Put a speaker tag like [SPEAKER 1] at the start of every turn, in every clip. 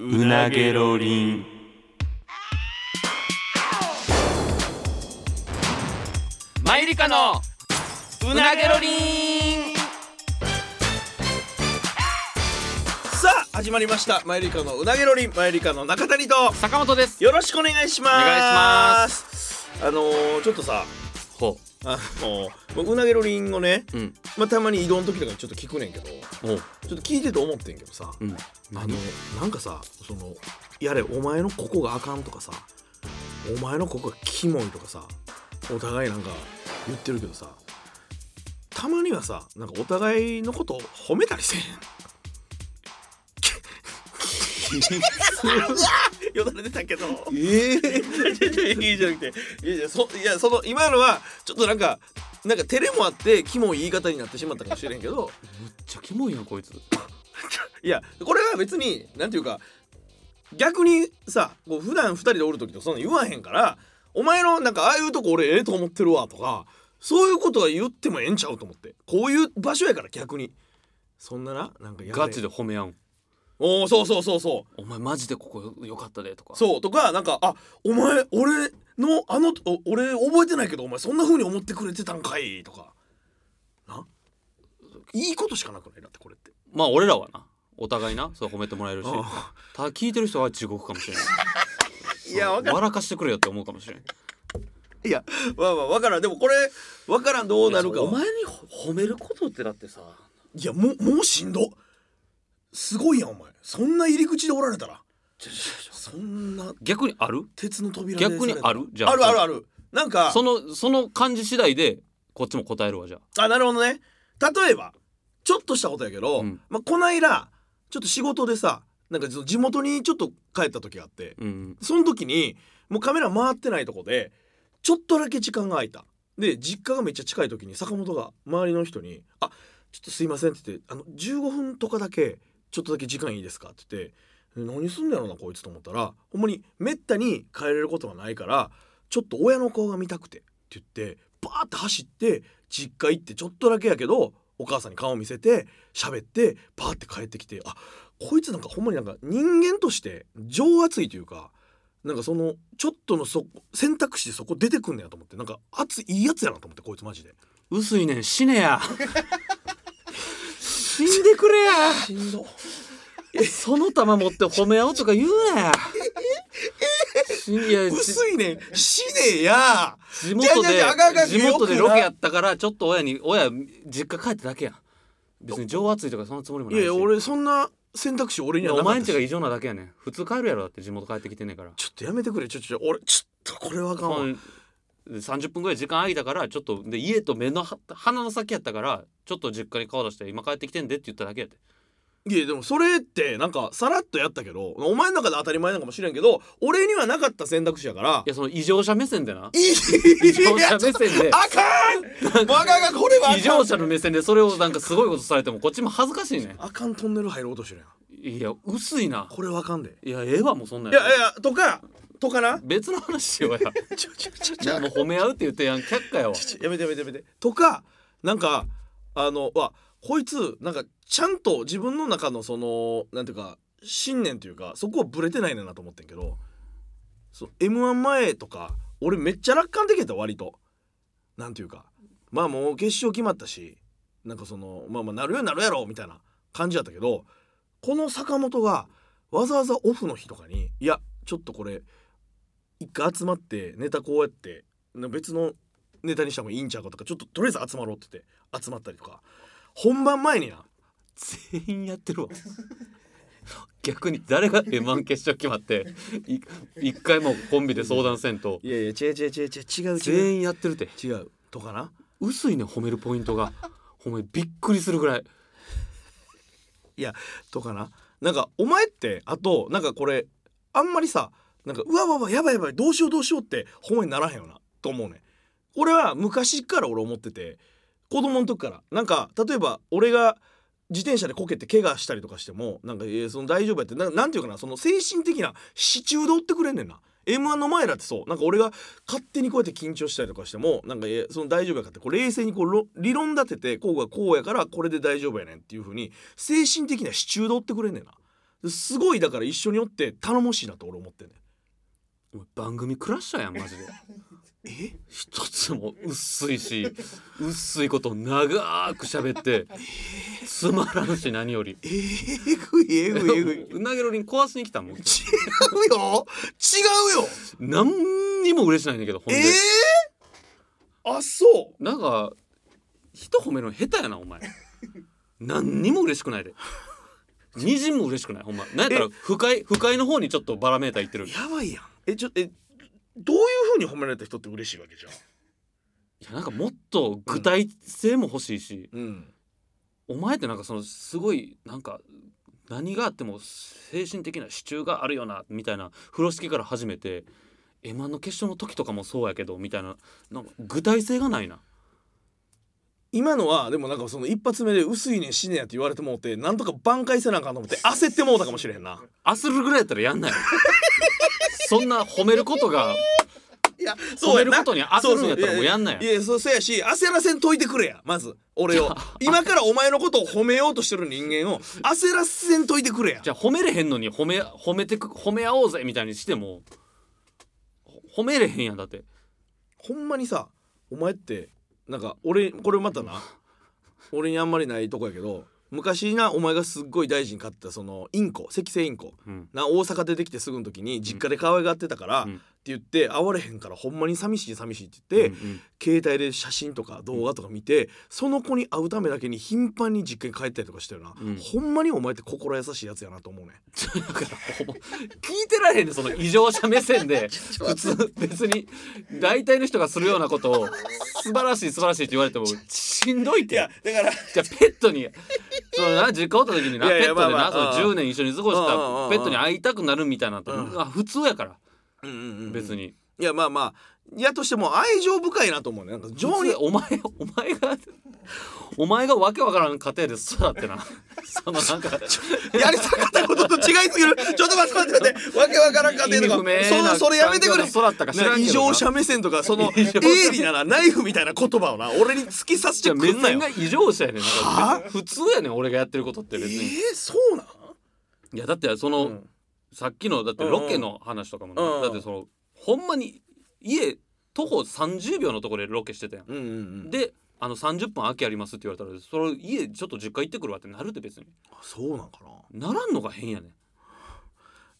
[SPEAKER 1] うなげろりんマユリカのうなげろりん
[SPEAKER 2] さあ始まりましたマユリカのうなげロリンマユリカの中谷と
[SPEAKER 1] 坂本です
[SPEAKER 2] よろしくお願いします
[SPEAKER 1] お願いします
[SPEAKER 2] あのー、ちょっとさ
[SPEAKER 1] ほ
[SPEAKER 2] あのー、うなげロリンをね、
[SPEAKER 1] うん
[SPEAKER 2] まあ、たまに移動の時とかにちょっと聞くねんけどち
[SPEAKER 1] うお
[SPEAKER 2] ょっと聞いてて思ってんけどさ、
[SPEAKER 1] うん
[SPEAKER 2] あのなんかさそのやれお前のここがあかんとかさお前のここがキモいとかさお互いなんか言ってるけどさたまにはさなんかお互いのことを褒めたりせんよだれ出たけどええいいじゃなくていやいやそいやその今のはちょっとなんかなんか照れもあってキモい言い方になってしまったかもしれんけど
[SPEAKER 1] めっちゃキモいやんこいつ
[SPEAKER 2] いやこれは別になんていうか逆にさこう普段二人でおる時とそんな言わへんからお前のなんかああいうとこ俺ええと思ってるわとかそういうことは言ってもええんちゃうと思ってこういう場所やから逆にそんなななんかやれ
[SPEAKER 1] ガチで褒め合うん
[SPEAKER 2] おおそうそうそうそう
[SPEAKER 1] お前マジでここ良かったでとか
[SPEAKER 2] そうとかなんかあお前俺のあのお俺覚えてないけどお前そんな風に思ってくれてたんかいとかないいことしかなくないだってこれって
[SPEAKER 1] まあ俺らはなお互いなそう褒めてもらえるし
[SPEAKER 2] あ
[SPEAKER 1] ただ聞いてる人は地獄かもしれない
[SPEAKER 2] いやわかる
[SPEAKER 1] 笑かしてくれよって思うかもしれない
[SPEAKER 2] いやまあまあわからんでもこれわからんどうなるかは
[SPEAKER 1] お前に褒めることってだってさ
[SPEAKER 2] いやもうもうしんどすごいやんお前そんな入り口でおられたらそんな
[SPEAKER 1] 逆にある
[SPEAKER 2] 鉄の扉で
[SPEAKER 1] 逆に
[SPEAKER 2] されたら
[SPEAKER 1] あるじゃあ
[SPEAKER 2] あるあるあるなんか
[SPEAKER 1] そのその感じ次第でこっちも答えるわじゃあ
[SPEAKER 2] あなるほどね例えばちょっとしたことやけど、
[SPEAKER 1] うん
[SPEAKER 2] まあ、こないだちょっと仕事でさなんかその地元にちょっと帰った時があって、
[SPEAKER 1] うん
[SPEAKER 2] その時にもうカメラ回ってないとこでちょっとだけ時間が空いたで実家がめっちゃ近い時に坂本が周りの人に「あちょっとすいません」って言って「あの15分とかだけちょっとだけ時間いいですか?」って言って「え何すんだろうなこいつ」と思ったらほんまにめったに帰れることがないからちょっと親の顔が見たくてって言ってバーって走って実家行ってちょっとだけやけどお母さんに顔見せて喋ってバーって帰ってきてあこいつなんかほんまになんか人間として情熱いというかなんかそのちょっとのそ選択肢でそこ出てくんねやと思ってなんか熱いいいやつやなと思ってこいつマジで
[SPEAKER 1] 薄いねん死ねや 死んでくれ
[SPEAKER 2] しんど
[SPEAKER 1] やその玉持って褒め合おうとか言うな や死んいや
[SPEAKER 2] 薄いねん死ねや
[SPEAKER 1] 地元
[SPEAKER 2] いやいやい
[SPEAKER 1] で
[SPEAKER 2] やあかんあかん
[SPEAKER 1] 地元で
[SPEAKER 2] よ
[SPEAKER 1] ロ
[SPEAKER 2] くな
[SPEAKER 1] ケやったからちょっと親に親実家帰っただけやん別に情熱いとかそのつもりも
[SPEAKER 2] い
[SPEAKER 1] ないし
[SPEAKER 2] やいや俺そんな選択肢俺
[SPEAKER 1] い
[SPEAKER 2] に
[SPEAKER 1] やお
[SPEAKER 2] はなかっ
[SPEAKER 1] 前ん
[SPEAKER 2] た
[SPEAKER 1] ちが
[SPEAKER 2] し
[SPEAKER 1] 異常なだけやねん普通帰るやろだって地元帰ってきてんねんから
[SPEAKER 2] ちょっとやめてくれちょちょちょ俺ちょっとこれはあかんわ
[SPEAKER 1] 30分ぐらい時間空いたからちょっとで家と目のは鼻の先やったからちょっと実家に顔出して今帰ってきてんでって言っただけやって
[SPEAKER 2] いやでもそれってなんかさらっとやったけどお前の中で当たり前なのかもしれんけど俺にはなかった選択肢やから
[SPEAKER 1] いやその異常者目線でない
[SPEAKER 2] い
[SPEAKER 1] 異常者目線で
[SPEAKER 2] あかんもうあかんあかんこれはあかん
[SPEAKER 1] 異常者の目線でそれをなんかすごいことされてもこっちも恥ずかしいね
[SPEAKER 2] あかんトンネル入ろうとしてるやん
[SPEAKER 1] いや薄いな
[SPEAKER 2] これはあかんで
[SPEAKER 1] いやええわもうそんなん
[SPEAKER 2] いやいやとかとかな
[SPEAKER 1] 別の話しようや
[SPEAKER 2] ちょちょちょちょ
[SPEAKER 1] いやもう褒め合うって言ってやん却下やわ
[SPEAKER 2] ちょやめてやめてやめてとかなんかあのわこいつなんかちゃんと自分の中のそのなんていうか信念というかそこはブレてないねんなと思ってんけどそう m 1前とか俺めっちゃ楽観的やった割となんていうかまあもう決勝決まったしなんかそのまあまあなるようになるやろみたいな感じやったけどこの坂本がわざわざオフの日とかにいやちょっとこれ一回集まってネタこうやってな別のネタにした方がいいんちゃうかとかちょっととりあえず集まろうって言って集まったりとか本番前にな
[SPEAKER 1] 全員やってるわ逆に誰が m 1決勝決まってい一回もコンビで相談せんと
[SPEAKER 2] いやいや違う違う違う違う違う
[SPEAKER 1] 全員やってるって
[SPEAKER 2] 違うとかな
[SPEAKER 1] 薄いね褒めるポイントが褒めびっくりするぐらい
[SPEAKER 2] いやとかななんかお前ってあとなんかこれあんまりさなんかうわわわやばいやばいどうしようどうしようって本にならへんよなと思うね俺は昔から俺思ってて子供の時からなんか例えば俺が自転車でこけて怪我したりとかしてもなんか、えーその大丈夫やってななんていうかなその精神的な支柱で追ってくれんねんな m 1の前だってそうなんか俺が勝手にこうやって緊張したりとかしてもなんか、えーその大丈夫やからってこう冷静にこうろ理論立ててこうがこうやからこれで大丈夫やねんっていう風に精神的な支柱で追ってくれんねんなすごいだから一緒におって頼もしいなと俺思ってんね
[SPEAKER 1] お
[SPEAKER 2] ん
[SPEAKER 1] 前番組クラッシャーやんマジで
[SPEAKER 2] え
[SPEAKER 1] 一つも薄いし薄いことを長く喋ってつまらんし何より
[SPEAKER 2] えー、ぐいえぐいえぐい 違う
[SPEAKER 1] うなげろりん壊しに来たもん
[SPEAKER 2] よ違うよ
[SPEAKER 1] 何にも嬉しないんだけどほん
[SPEAKER 2] え
[SPEAKER 1] で、
[SPEAKER 2] えあそう
[SPEAKER 1] なんか人褒めるの下手やなお前何にも嬉しくないでにじんも嬉しくないほんまなんやったら不快不快の方にちょっとバラメーターいってるい
[SPEAKER 2] やばいやんえちょえどういう風に褒められた人って嬉しいわけじゃん
[SPEAKER 1] やなんかもっと具体性も欲しいし、
[SPEAKER 2] うん
[SPEAKER 1] お前ってなんかそのすごいなんか何があっても精神的な支柱があるよなみたいな風呂敷から始めて M−1 の決勝の時とかもそうやけどみたいななんか具体性がないな
[SPEAKER 2] 今のはでもなんかその一発目で「薄いねん死ねや」って言われてもうてなんとか挽回せなあかんと思って焦ってもうたかもしれへんな
[SPEAKER 1] 焦るぐらいやったらやんないそんな褒めることが
[SPEAKER 2] いや
[SPEAKER 1] そうやな褒めることに焦るんやったらもうやんなよ
[SPEAKER 2] いやいやそうそうやし焦らせんといてくれやまず俺を今からお前のことを褒めようとしてる人間を焦らせんといてくれや
[SPEAKER 1] じゃあ褒めれへんのに褒め褒めてく褒め合おうぜみたいにしてもほ褒めれへんやんだって
[SPEAKER 2] ほんまにさお前ってなんか俺これまたな俺にあんまりないとこやけど昔なお前がすっごい大事に飼ってたそのインコ赤星インコ
[SPEAKER 1] うん
[SPEAKER 2] な大阪出てきてすぐの時に実家で可愛がってたから、
[SPEAKER 1] うん
[SPEAKER 2] って言って会われへんからほんまに寂しい寂しいって言って、
[SPEAKER 1] うん
[SPEAKER 2] 携帯で写真とか動画とか見て、その子に会うためだけに頻繁に実家に帰ったりとかしてるな、
[SPEAKER 1] うん
[SPEAKER 2] ほんまにお前って心優しいやつやなと思うね
[SPEAKER 1] だからほぼ聞いてられへんねその異常者目線 で普通別に大体の人がするようなことを素晴らしい素晴らしいって言われてもしんどいってじゃ
[SPEAKER 2] だか
[SPEAKER 1] あ
[SPEAKER 2] ら
[SPEAKER 1] ペットにそのな実家おった時にない
[SPEAKER 2] やい
[SPEAKER 1] ペッ
[SPEAKER 2] や
[SPEAKER 1] トで
[SPEAKER 2] ま
[SPEAKER 1] な
[SPEAKER 2] あまあ
[SPEAKER 1] その10年一緒に過ごし
[SPEAKER 2] うんうんうんう
[SPEAKER 1] た
[SPEAKER 2] ん
[SPEAKER 1] ペットに会いたくなるみたいなのって
[SPEAKER 2] うん
[SPEAKER 1] あ普通やから
[SPEAKER 2] うんうん、うん、
[SPEAKER 1] 別に
[SPEAKER 2] いやまあまあやとしても愛情深いなと思うねなん か情に
[SPEAKER 1] 普通お前お前がお前がわけわからん家庭で育って なそのなんか
[SPEAKER 2] やりたかったことと違い すぎるちょっと待って待って待ってわけわからんかってとか
[SPEAKER 1] 意味不明
[SPEAKER 2] そ
[SPEAKER 1] な
[SPEAKER 2] のそれやめてくれ
[SPEAKER 1] 環境で育ったか知らんけどな
[SPEAKER 2] 異常者目線とかそ の
[SPEAKER 1] 異常者
[SPEAKER 2] 鋭利ななナイフみたいな言葉をな俺に突き刺し
[SPEAKER 1] じ
[SPEAKER 2] て
[SPEAKER 1] ゃあ
[SPEAKER 2] くん
[SPEAKER 1] 目
[SPEAKER 2] なよ
[SPEAKER 1] 線が異常者やねんなん
[SPEAKER 2] は
[SPEAKER 1] か普通やねん俺がやってることって
[SPEAKER 2] え
[SPEAKER 1] 別に。
[SPEAKER 2] ー、そうなん
[SPEAKER 1] いやだってその、
[SPEAKER 2] うん
[SPEAKER 1] さっきのだって
[SPEAKER 2] うん
[SPEAKER 1] ロケの話とかもね、
[SPEAKER 2] うん
[SPEAKER 1] だってそのほんまに家徒歩30秒のところでロケしてたやん、
[SPEAKER 2] うんうんうん
[SPEAKER 1] であの30分空きありますって言われたらそれ家ちょっと実家行ってくるわってなるって別に
[SPEAKER 2] あそうなんかな
[SPEAKER 1] ならんのが変やね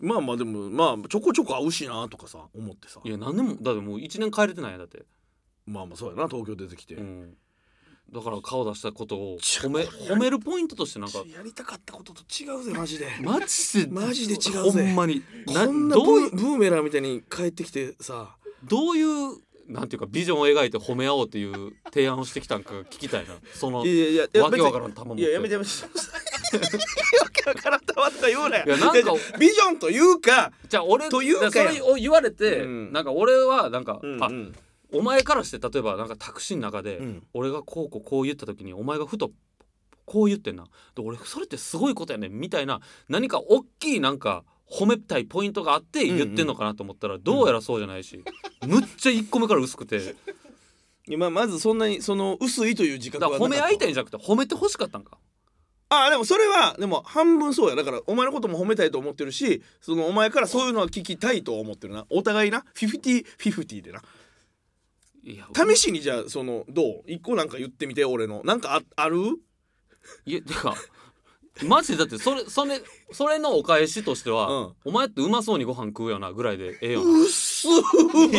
[SPEAKER 2] まあまあでもまあちょこちょこ会うしなとかさ思ってさ
[SPEAKER 1] んいや何年もだってもう1年帰れてないやんだって、
[SPEAKER 2] まあまあそうやな東京出てきて、
[SPEAKER 1] うん、だから顔出したことを
[SPEAKER 2] ち
[SPEAKER 1] 褒
[SPEAKER 2] ょ
[SPEAKER 1] め褒めるポイントとしてなんか
[SPEAKER 2] やりたかったことと違うぜマジで
[SPEAKER 1] マジで
[SPEAKER 2] マジで違う
[SPEAKER 1] ほ
[SPEAKER 2] ぜ
[SPEAKER 1] んまにな
[SPEAKER 2] こんなブ
[SPEAKER 1] どういう
[SPEAKER 2] ーブーメランみたいに帰ってきてさ
[SPEAKER 1] どういうなんていうかビジョンを描いて褒め合おうっていう提案をしてきたんか聞きたいなその
[SPEAKER 2] いやいやいやいや
[SPEAKER 1] わけわからん球持って
[SPEAKER 2] いややめてやめてわけわからん球とか言うなよ
[SPEAKER 1] いやなんか
[SPEAKER 2] いや ビジョンというか
[SPEAKER 1] じゃあ俺
[SPEAKER 2] というか
[SPEAKER 1] だからそれを言われて、
[SPEAKER 2] うん
[SPEAKER 1] なんか俺はなんか、
[SPEAKER 2] うんう
[SPEAKER 1] あ
[SPEAKER 2] ん
[SPEAKER 1] お前からして例えばなんかタクシーの中で、
[SPEAKER 2] うん
[SPEAKER 1] 俺がこうこうこう言った時にお前がふとこう言ってんなで俺それってすごいことやねんみたいな何か大きいなんか褒めたいポイントがあって言ってんのかなと思ったら、どうやらそうじゃないし、むっちゃ1個目から薄くて
[SPEAKER 2] いやまあまずそんなにその薄いという自覚
[SPEAKER 1] だか
[SPEAKER 2] は
[SPEAKER 1] ら
[SPEAKER 2] なか
[SPEAKER 1] 褒
[SPEAKER 2] った
[SPEAKER 1] め合いたいんじゃなくて褒めてほしかったんか
[SPEAKER 2] ああでもそれはでも半分そうやだからお前のことも褒めたいと思ってるしそのお前からそういうのは聞きたいとは思ってるなお互いなフィフティフィフティでない
[SPEAKER 1] や
[SPEAKER 2] 試しにじゃあそのどう一個なんか言ってみて俺のなんかあある
[SPEAKER 1] いやてかマジでだってそれそれそれのお返しとしては、お前ってうまそうにご飯食うよなぐらいでええよな
[SPEAKER 2] うっす
[SPEAKER 1] いやだって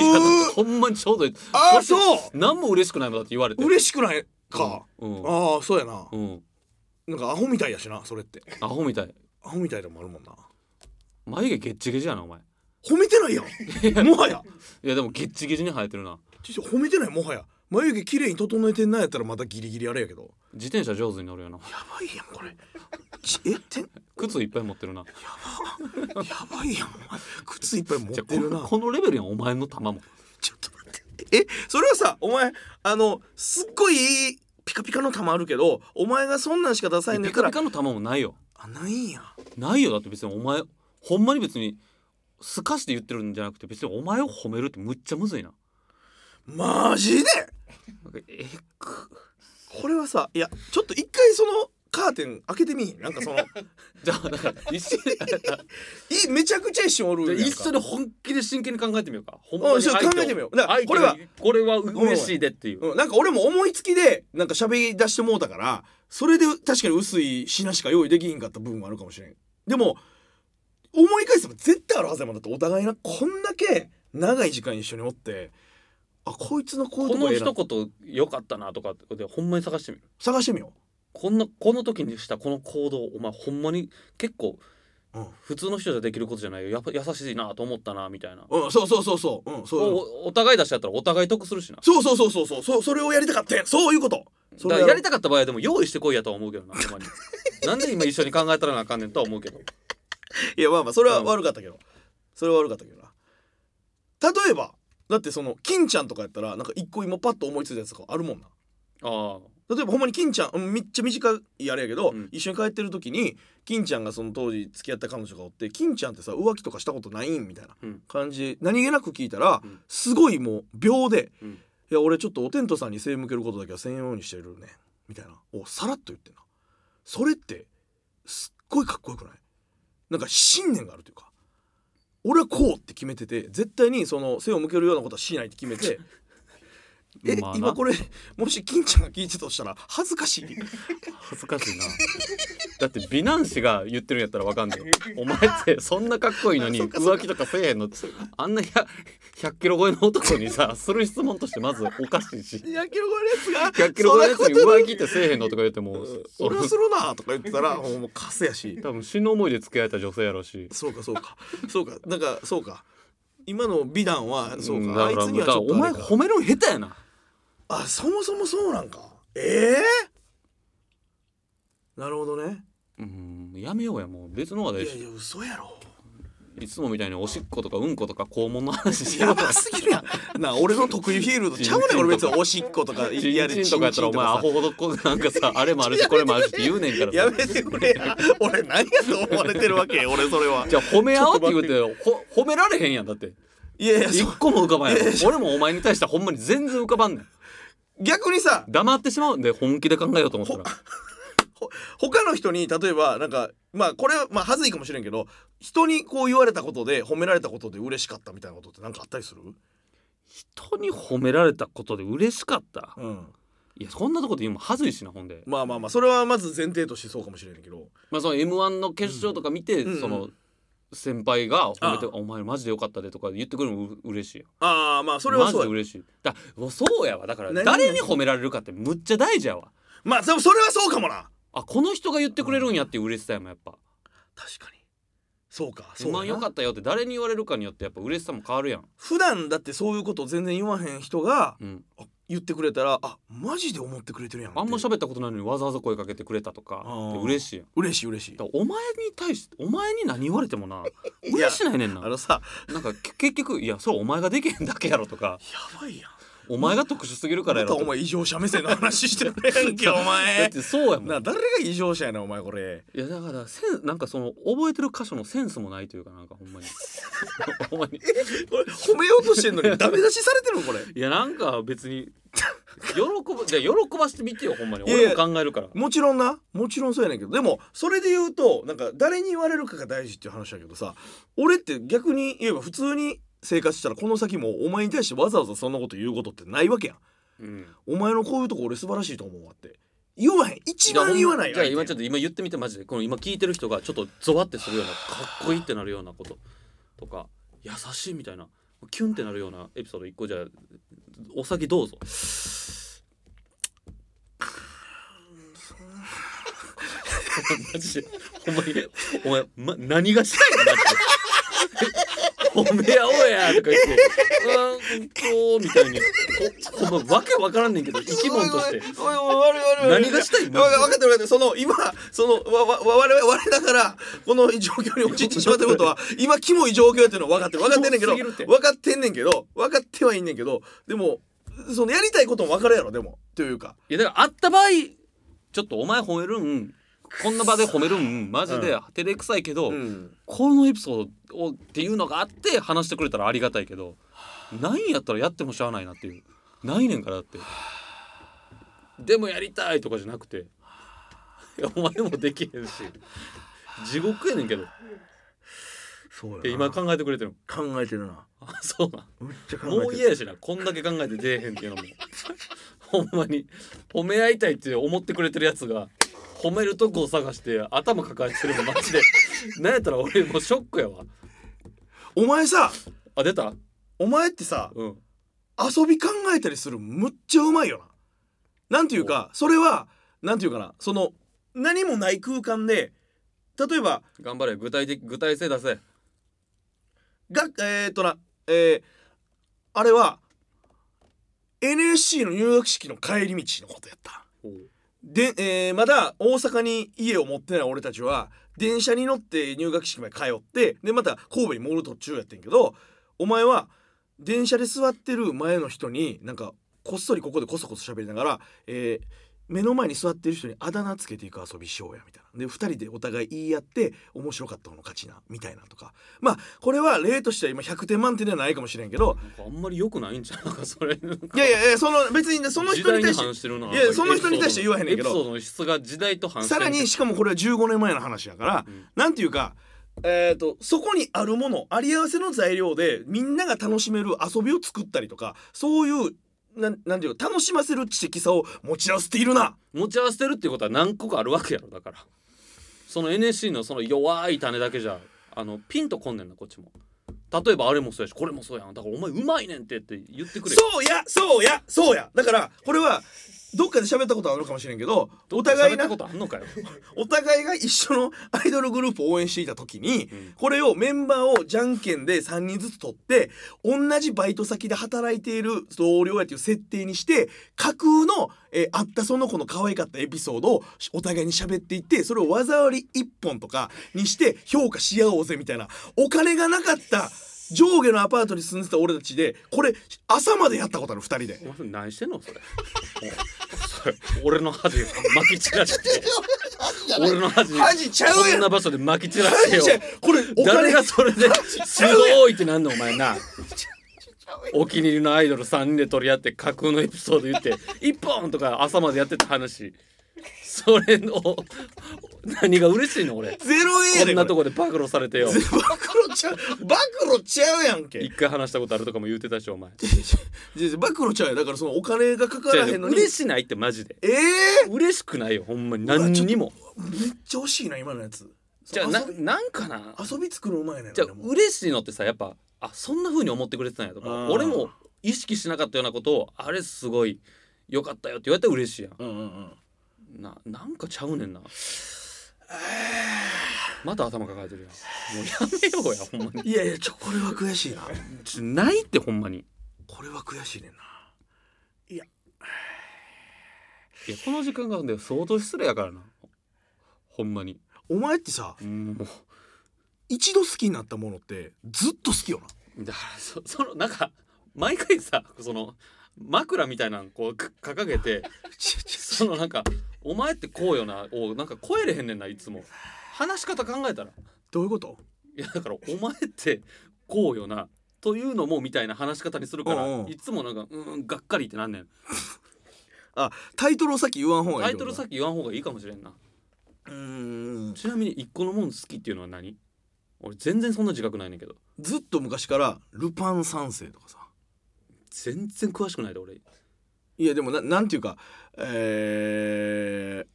[SPEAKER 1] ほんまにちょうどいい
[SPEAKER 2] あ
[SPEAKER 1] こ
[SPEAKER 2] あ
[SPEAKER 1] れ
[SPEAKER 2] そ
[SPEAKER 1] 何も嬉しくないもんだって言われて
[SPEAKER 2] う 嬉しくないか、
[SPEAKER 1] うん、うん
[SPEAKER 2] ああそうやな
[SPEAKER 1] うん
[SPEAKER 2] なんかアホみたいやしなそれって
[SPEAKER 1] アホみたい
[SPEAKER 2] アホみたいでもあるもんな
[SPEAKER 1] 眉毛ゲッチゲチやなお前
[SPEAKER 2] 褒めてないや んもはや
[SPEAKER 1] いやでもゲッチゲチに生えてるな
[SPEAKER 2] ちょちょ褒めてないもはや眉毛綺麗に整えてんないやったらまたギリギリあれやけど
[SPEAKER 1] 自転車上手に乗るよな
[SPEAKER 2] やばいやんこれちえてん
[SPEAKER 1] 靴いっぱい持ってるな
[SPEAKER 2] やばいやんお前靴いっぱい持っ
[SPEAKER 1] じゃあ
[SPEAKER 2] てるな
[SPEAKER 1] ここのレベルやんお前の球も
[SPEAKER 2] ちょっと待ってえそれはさお前あのすっごいいいピカピカの球あるけどお前がそんなんしか出さへんね
[SPEAKER 1] ピ
[SPEAKER 2] んか
[SPEAKER 1] カ
[SPEAKER 2] ら
[SPEAKER 1] ピカの球もないよ
[SPEAKER 2] あないんや
[SPEAKER 1] ないよだって別にお前ほんまに別にすかして言ってるんじゃなくて別にお前を褒めるってむっちゃむずいな
[SPEAKER 2] マジで
[SPEAKER 1] なんかえく
[SPEAKER 2] これはさいやちょっと一回そのカーテン開けてみひんなんかその
[SPEAKER 1] じゃあだから一緒 に
[SPEAKER 2] いめちゃくちゃ一瞬おるやんか
[SPEAKER 1] 一緒に本気で真剣に考えてみようかほん
[SPEAKER 2] う
[SPEAKER 1] ま
[SPEAKER 2] ん
[SPEAKER 1] に
[SPEAKER 2] ちょっと
[SPEAKER 1] 相手を
[SPEAKER 2] 考えてみようだから
[SPEAKER 1] 相手がこれは嬉しいでっていう
[SPEAKER 2] うん、なんか俺も思いつきでなんか喋り出してもうたからそれで確かに薄い品しか用意できひんかった部分もあるかもしれんでも思い返せば絶対あるはずやもんだってお互いなこんだけ長い時間一緒におってあこいつのこういう
[SPEAKER 1] こと
[SPEAKER 2] こ
[SPEAKER 1] の
[SPEAKER 2] ええな
[SPEAKER 1] 一言良かったなとかでほんまに探してみる
[SPEAKER 2] 探してみよ
[SPEAKER 1] こんなこの時にしたこの行動お前ほんまに結構
[SPEAKER 2] う、うん
[SPEAKER 1] 普通の人じゃできることじゃないよやっぱ優しいなと思ったなみたいな
[SPEAKER 2] うん、そうそうそうそう,、うん、そういうの
[SPEAKER 1] おお互い出し合ったらお互い得するしな
[SPEAKER 2] そうそうそうそうそうそうそれをやりたかったそういうことそ
[SPEAKER 1] だ
[SPEAKER 2] れ
[SPEAKER 1] からやり
[SPEAKER 2] た
[SPEAKER 1] たかった場合はでも用意してこいやとは思うけどなほんまに なんで今一緒に考えたらなあかんねんとは思うけど
[SPEAKER 2] いやまあまあそれは悪かったけど、それは悪かったけどな例えばだってその金ちゃんとかやったらなんか一個今パッと思いついたやつとかあるもんな
[SPEAKER 1] あ
[SPEAKER 2] 例えばほんまに金ちゃんうんめっちゃ短いあれやけど、
[SPEAKER 1] うん
[SPEAKER 2] 一緒に帰ってる時に金ちゃんがその当時付き合った彼女がおって金ちゃんってさ浮気とかしたことないんみたいな
[SPEAKER 1] うん
[SPEAKER 2] 感じで何気なく聞いたら、
[SPEAKER 1] うん
[SPEAKER 2] すごいもう秒で
[SPEAKER 1] あ、うん、
[SPEAKER 2] 「いや俺ちょっとお天道さんに背向けることだけはせんようにしてるね」みたいなをさらっと言ってんなそれってすっごいかっこよくないなんか信念があるというか俺はこうって決めてて絶対にその背を向けるようなことはしないって決めて え、
[SPEAKER 1] まあな
[SPEAKER 2] 今これもし金ちゃんが聞いてたとしたら恥ずかしい
[SPEAKER 1] 恥ずかしいな だって美男子が言ってるんやったらわかんないお前 ってそんなかっこいいのに浮気とかせえへんのってあんな 100, 100キロ超えの男に さする質問としてまずおかしいし
[SPEAKER 2] 100キロ超えのやつが
[SPEAKER 1] 100キロ超えのやつに
[SPEAKER 2] そんなこと
[SPEAKER 1] 浮気ってせえへんのとか言っても
[SPEAKER 2] 俺
[SPEAKER 1] 俺
[SPEAKER 2] はするなとか言って たらもうもうカスやし
[SPEAKER 1] 多分死ぬ思いで付き合えた女性やろし
[SPEAKER 2] そうかそうかそうかなんかそうか今の美談はそうか、
[SPEAKER 1] んだ
[SPEAKER 2] あい
[SPEAKER 1] から
[SPEAKER 2] つには
[SPEAKER 1] だ
[SPEAKER 2] ち
[SPEAKER 1] か
[SPEAKER 2] ょ
[SPEAKER 1] らお
[SPEAKER 2] っとあ
[SPEAKER 1] 前
[SPEAKER 2] れか
[SPEAKER 1] 褒めるの下手やな
[SPEAKER 2] あそもそもそうなんかええなるほどね
[SPEAKER 1] うんやめようやもう別の話題
[SPEAKER 2] いやい
[SPEAKER 1] し
[SPEAKER 2] や嘘やろ
[SPEAKER 1] いつもみたいにおしっことかうんことか肛門の話し
[SPEAKER 2] や
[SPEAKER 1] よう
[SPEAKER 2] ばすぎるやんなあ俺の得意フィールドちゃうねん俺別におしっことか
[SPEAKER 1] チンチンとかやったらお前ア
[SPEAKER 2] さ
[SPEAKER 1] ホほどこうなんかさあれもあるしこれもあるしって言うねんからさ
[SPEAKER 2] やめてくれや俺何やと思われてるわけ俺それは
[SPEAKER 1] じゃあ褒め合おうって言うてほ褒められへんやんだって
[SPEAKER 2] いやいや
[SPEAKER 1] 一
[SPEAKER 2] そう
[SPEAKER 1] 個も浮かばんや
[SPEAKER 2] いや
[SPEAKER 1] ろ
[SPEAKER 2] いや
[SPEAKER 1] 俺もお前に対してほんまに全然浮かばんねん
[SPEAKER 2] 逆にさ
[SPEAKER 1] 黙ってしまうんで本気で考えようと思ったら
[SPEAKER 2] 他の人に例えばなんかまあこれはまあ恥ずいかもしれんけど人にこう言われたことで褒められたことで嬉しかったみたいなことってなんかあったりする
[SPEAKER 1] 人に褒められたことで嬉しかった
[SPEAKER 2] うん
[SPEAKER 1] いやそんなとこで言うのも恥ずいしなほんで
[SPEAKER 2] まあまあまあそれはまず前提としてそうかもしれないけど
[SPEAKER 1] まあその m 1の決勝とか見て、
[SPEAKER 2] うん
[SPEAKER 1] そ
[SPEAKER 2] うんう
[SPEAKER 1] の先輩が褒めて
[SPEAKER 2] ああ
[SPEAKER 1] 「お前マジでよかったで」とか言ってくるのもう嬉しいやん
[SPEAKER 2] ああまあそれは
[SPEAKER 1] マジ
[SPEAKER 2] そ
[SPEAKER 1] で
[SPEAKER 2] うや
[SPEAKER 1] 嬉しいだうわそうやわだから
[SPEAKER 2] 何
[SPEAKER 1] 誰に褒められるかってむっちゃ大事やわ
[SPEAKER 2] まあでもそれはそうかもな
[SPEAKER 1] あこの人が言ってくれるんやっていう嬉しさやもんやっぱ
[SPEAKER 2] 確かにそうか
[SPEAKER 1] 「
[SPEAKER 2] そう
[SPEAKER 1] 今
[SPEAKER 2] や
[SPEAKER 1] 良
[SPEAKER 2] な
[SPEAKER 1] かったよ」って誰に言われるかによってやっぱ嬉しさも変わるやん、
[SPEAKER 2] 普段だってそういうこと全然言わへん人が
[SPEAKER 1] うん、
[SPEAKER 2] あ言ってくれたらあマジで思ってくれてるやんって
[SPEAKER 1] あんま喋ったことないのにわざわざ声かけてくれたとか
[SPEAKER 2] ああ
[SPEAKER 1] って嬉しいやん
[SPEAKER 2] 嬉しい嬉しい
[SPEAKER 1] だからお前に対してお前に何言われてもな
[SPEAKER 2] や
[SPEAKER 1] 嬉しないねんな
[SPEAKER 2] あのさ
[SPEAKER 1] なんかけ結局いやそれお前ができへんだけやろと か
[SPEAKER 2] やばいやん
[SPEAKER 1] お前が特殊すぎるから
[SPEAKER 2] ま
[SPEAKER 1] やろ
[SPEAKER 2] た
[SPEAKER 1] と
[SPEAKER 2] お
[SPEAKER 1] か
[SPEAKER 2] 前異常者目線の話してるやんけお
[SPEAKER 1] だ
[SPEAKER 2] 前
[SPEAKER 1] ってそうやもん
[SPEAKER 2] な誰が異常者やなお前これ
[SPEAKER 1] いやだからセンなんかその覚えてる箇所のセンスもないというかなんかほん まにほんまに
[SPEAKER 2] これ褒めようとしてんのにダメ出しされてるのこれ
[SPEAKER 1] いやなんか別に喜ぶじゃあ喜ばしてみてよほんまに
[SPEAKER 2] いやいや
[SPEAKER 1] 俺も考えるから
[SPEAKER 2] もちろんなもちろんそうやねんけどでもそれで言うとなんか誰に言われるかが大事っていう話だけどさ俺って逆に言えば普通に生活したらこの先もお前に対してわざわざそんなこと言うことってないわけやん
[SPEAKER 1] うん
[SPEAKER 2] お前のこういうとこ俺素晴らしいと思うわって言わへん一番言わない
[SPEAKER 1] じゃあ今ちょっ
[SPEAKER 2] と
[SPEAKER 1] と今言ってみてマジでこの今聞いてる人がちょっとゾワってする ようなかっこいいってなるようなこととか優しいみたいなキュンってなるようなエピソード一個じゃあお先どうぞ マジで お前お前、ま、何がしたいのマジで褒め合おうやや!」とか言って「うんこう」みたいに ほほんまわけわからんねんけど生き物として
[SPEAKER 2] おいおいおいおいおいおいおい
[SPEAKER 1] 何がしたいの
[SPEAKER 2] わか分かってる分かってるその今そのわわ我々我々だからこの状況に陥ってしまってることは今キモい状況やっていうのは分かってる分かってんねんけど
[SPEAKER 1] キモすぎるって
[SPEAKER 2] 分かってんねんけど分かってはいんねんけどでもそのやりたいことも分かるやろでもというか
[SPEAKER 1] いやだからあった場合ちょっとお前褒めるんこんな場で褒めるんマジで照れくさいけど、
[SPEAKER 2] ん
[SPEAKER 1] このエピソードをっていうのがあって話してくれたらありがたいけどないんやったらやってもしゃあないなっていうないねんからだってでもやりたいとかじゃなくていやお前もできへんし地獄やねんけど
[SPEAKER 2] そうや
[SPEAKER 1] で今考えてくれ てるの
[SPEAKER 2] 考えてるな
[SPEAKER 1] あそうなん
[SPEAKER 2] めっちゃ考えてる
[SPEAKER 1] もう嫌やしなこんだけ考えて出えへんっていうのも ほんまに褒め合いたいって思ってくれてるやつが褒めるとこを探して頭抱えてるのマジで なんやったら俺もうショックやわ
[SPEAKER 2] お前さ
[SPEAKER 1] あ出た
[SPEAKER 2] お前ってさ
[SPEAKER 1] うん
[SPEAKER 2] 遊び考えたりするむっちゃうまいよな。なんていうかそれはなんていうかなその何もない空間で例えば
[SPEAKER 1] 頑張れ具体的具体性出せ
[SPEAKER 2] がえー、っとなえー、あれは NSC の入学式の帰り道のことやった。で、えーまだ大阪に家を持ってない俺たちは電車に乗って入学式まで通ってでまた神戸に戻る途中やってんけどお前は電車で座ってる前の人になんかこっそりここでこそこそ喋りながら、えー目の前に座ってる人にあだ名つけていく遊びしようやみたいなで2人でお互い言い合って面白かった方の勝ちなみたいなとかまあこれは例としては今100点満点ではないかもしれんけど
[SPEAKER 1] なんかあんまり良くないんじゃうなんかそれなんか
[SPEAKER 2] いやいやいやその別にその人に対して
[SPEAKER 1] してるない
[SPEAKER 2] やその人に対して言わへんねんけど
[SPEAKER 1] エピソードの質が時代と反して
[SPEAKER 2] さ
[SPEAKER 1] る
[SPEAKER 2] らにしかもこれは15年前の話やから、
[SPEAKER 1] うん
[SPEAKER 2] なんていうか、えー、とそこにあるものあり合わせの材料でみんなが楽しめる遊びを作ったりとかそういうなんなんていうか楽しませる知的さを持ち合わせているな
[SPEAKER 1] 持ち合わせてるっていうことは何個かあるわけやろだからその NSC のその弱い種だけじゃあのピンとこんねんなこっちも例えばあれもそうやしこれもそうやんだからお前うまいねんってって言ってくれよ
[SPEAKER 2] そうやそうやそうやだからこれはどっかで喋ったことはあるかもしれんけどお互い
[SPEAKER 1] な
[SPEAKER 2] な
[SPEAKER 1] ことあんのかよ
[SPEAKER 2] お互いが一緒のアイドルグループを応援していた時に、
[SPEAKER 1] うん
[SPEAKER 2] これをメンバーをじゃんけんで3人ずつ取って同じバイト先で働いている同僚やという設定にして架空の、えーあったその子の可愛かったエピソードをお互いに喋っていってそれを技あり1本とかにして評価し合おうぜみたいなお金がなかった上下のアパートに住んでた俺たちでこれ朝までやったことある2人で。
[SPEAKER 1] お前何してんのそれおそれ俺の恥巻き散らして 俺の恥
[SPEAKER 2] 恥ちゃうやん
[SPEAKER 1] こんな場所で巻き散らして
[SPEAKER 2] マ
[SPEAKER 1] よ
[SPEAKER 2] ジでこれお
[SPEAKER 1] 誰
[SPEAKER 2] 金
[SPEAKER 1] がそれで すごいってなんのお前 なお気に入りのアイドル3人で取り合って架空のエピソード言って「一本!」とか朝までやってた話それの何が嬉しいの俺こ
[SPEAKER 2] ゼロ円やで
[SPEAKER 1] んなとこで暴露されてよ
[SPEAKER 2] 暴露ちゃう暴露ちゃうやんけ
[SPEAKER 1] 一回話したことあるとかも言ってたしお前
[SPEAKER 2] いやいや暴露ちゃうやんだからそのお金がかからへんのに
[SPEAKER 1] 嬉しないってマジで
[SPEAKER 2] ええ
[SPEAKER 1] 嬉しくないよほんまに何にも
[SPEAKER 2] めっちゃ欲しいな今のやつ
[SPEAKER 1] じゃあ
[SPEAKER 2] そう
[SPEAKER 1] な
[SPEAKER 2] 遊び
[SPEAKER 1] なんかな
[SPEAKER 2] 遊び作るうまいねん
[SPEAKER 1] じゃあ
[SPEAKER 2] 俺も
[SPEAKER 1] 嬉しいのってさやっぱあそんな風に思ってくれてたんやと
[SPEAKER 2] う
[SPEAKER 1] か
[SPEAKER 2] ん
[SPEAKER 1] 俺も意識しなかったようなことをあれすごいよかったよって言われたら嬉しいやん
[SPEAKER 2] うんうんうん
[SPEAKER 1] ななんかちゃうねんなまた頭抱えてるやんもうやめようやほんまに
[SPEAKER 2] いやいやちょこれは悔しいな
[SPEAKER 1] ちょないってほんまに
[SPEAKER 2] これは悔しいねんない
[SPEAKER 1] やこの時間がね相当失礼やからなほんまに
[SPEAKER 2] お前ってさ
[SPEAKER 1] うんも
[SPEAKER 2] 一度好きになったものってずっと好きよな
[SPEAKER 1] うだからそそのなんか毎回さその枕みたいなのこうか掲げて そのなんか「お前ってこうよな」をなんか超えれへんねんないつも話し方考えたら
[SPEAKER 2] どういうこと
[SPEAKER 1] いやだから「お前ってこうよな」というのもみたいな話し方にするから
[SPEAKER 2] うんうん
[SPEAKER 1] いつもなんか「うーんがっかり」ってなんねん
[SPEAKER 2] あタイトルをさっき言わん方が
[SPEAKER 1] タ
[SPEAKER 2] いい
[SPEAKER 1] イトルさっ
[SPEAKER 2] き
[SPEAKER 1] き言わん方がいいかもしれんな
[SPEAKER 2] うーん
[SPEAKER 1] ちなみに一個のもん好きっていうのは何俺全然そんな自覚ないねんけど
[SPEAKER 2] ずっと昔から「ルパン三世」とかさ
[SPEAKER 1] 全然詳しくないで俺
[SPEAKER 2] いやでもななんていうかえ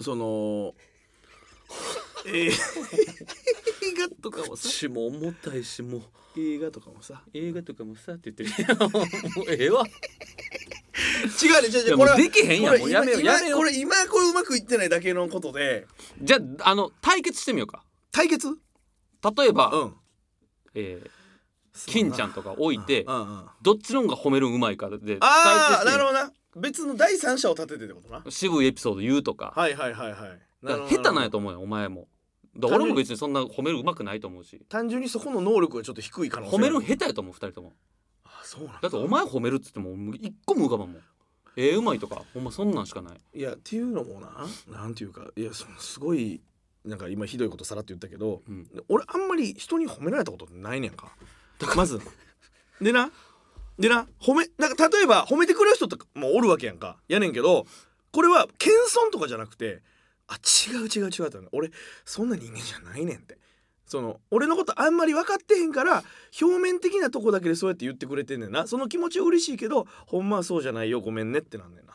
[SPEAKER 2] ー、そのえー映画とかもさ
[SPEAKER 1] 血も重たいしもう
[SPEAKER 2] 映画とかもさ
[SPEAKER 1] 映画とかもさって言ってるもうええわ
[SPEAKER 2] 違うね違う
[SPEAKER 1] い
[SPEAKER 2] 違
[SPEAKER 1] や
[SPEAKER 2] うこ
[SPEAKER 1] も
[SPEAKER 2] れ
[SPEAKER 1] う
[SPEAKER 2] は
[SPEAKER 1] できへんやんも
[SPEAKER 2] こ
[SPEAKER 1] う
[SPEAKER 2] れ
[SPEAKER 1] やめよう
[SPEAKER 2] 今
[SPEAKER 1] やめよ
[SPEAKER 2] こ
[SPEAKER 1] う
[SPEAKER 2] れ今これうまくいってないだけのことで
[SPEAKER 1] じゃああの対決してみようか
[SPEAKER 2] 対決うん
[SPEAKER 1] 例えば、えー金ちゃんとか置いて
[SPEAKER 2] うんうんうん
[SPEAKER 1] どっちの方が褒めるんうまいかで伝えて
[SPEAKER 2] ああ
[SPEAKER 1] て
[SPEAKER 2] なるほどな別の第三者を立ててってことな
[SPEAKER 1] 渋いエピソード言うとか
[SPEAKER 2] はいはいはいはい
[SPEAKER 1] だ
[SPEAKER 2] な
[SPEAKER 1] か
[SPEAKER 2] る
[SPEAKER 1] ら
[SPEAKER 2] ほ
[SPEAKER 1] 下
[SPEAKER 2] ど
[SPEAKER 1] 手なんやと思うよお前もだから俺も別にそんな褒めるうまくないと思うし
[SPEAKER 2] 単純にそこの能力がちょっと低い可能性
[SPEAKER 1] 褒める下手やと思う二人とも
[SPEAKER 2] あそうなん
[SPEAKER 1] だってお前褒めるっつってももう一個も浮かばんもんええうまいとかほんまそんなんしかない
[SPEAKER 2] いやっていうのもななんていうかいやそのすごいなんか今ひどいことさらって言ったけど、
[SPEAKER 1] うん
[SPEAKER 2] 俺あんまり人に褒められたことってないねんかまずでなでな褒めなんか例えば褒めてくれる人とかもおるわけやんかやねんけどこれは謙遜とかじゃなくてあ違う違う違うってな俺そんな人間じゃないねんってその俺のことあんまり分かってへんから表面的なとこだけでそうやって言ってくれてんねんなその気持ちは嬉しいけどほんまはそうじゃないよごめんねってなんねんな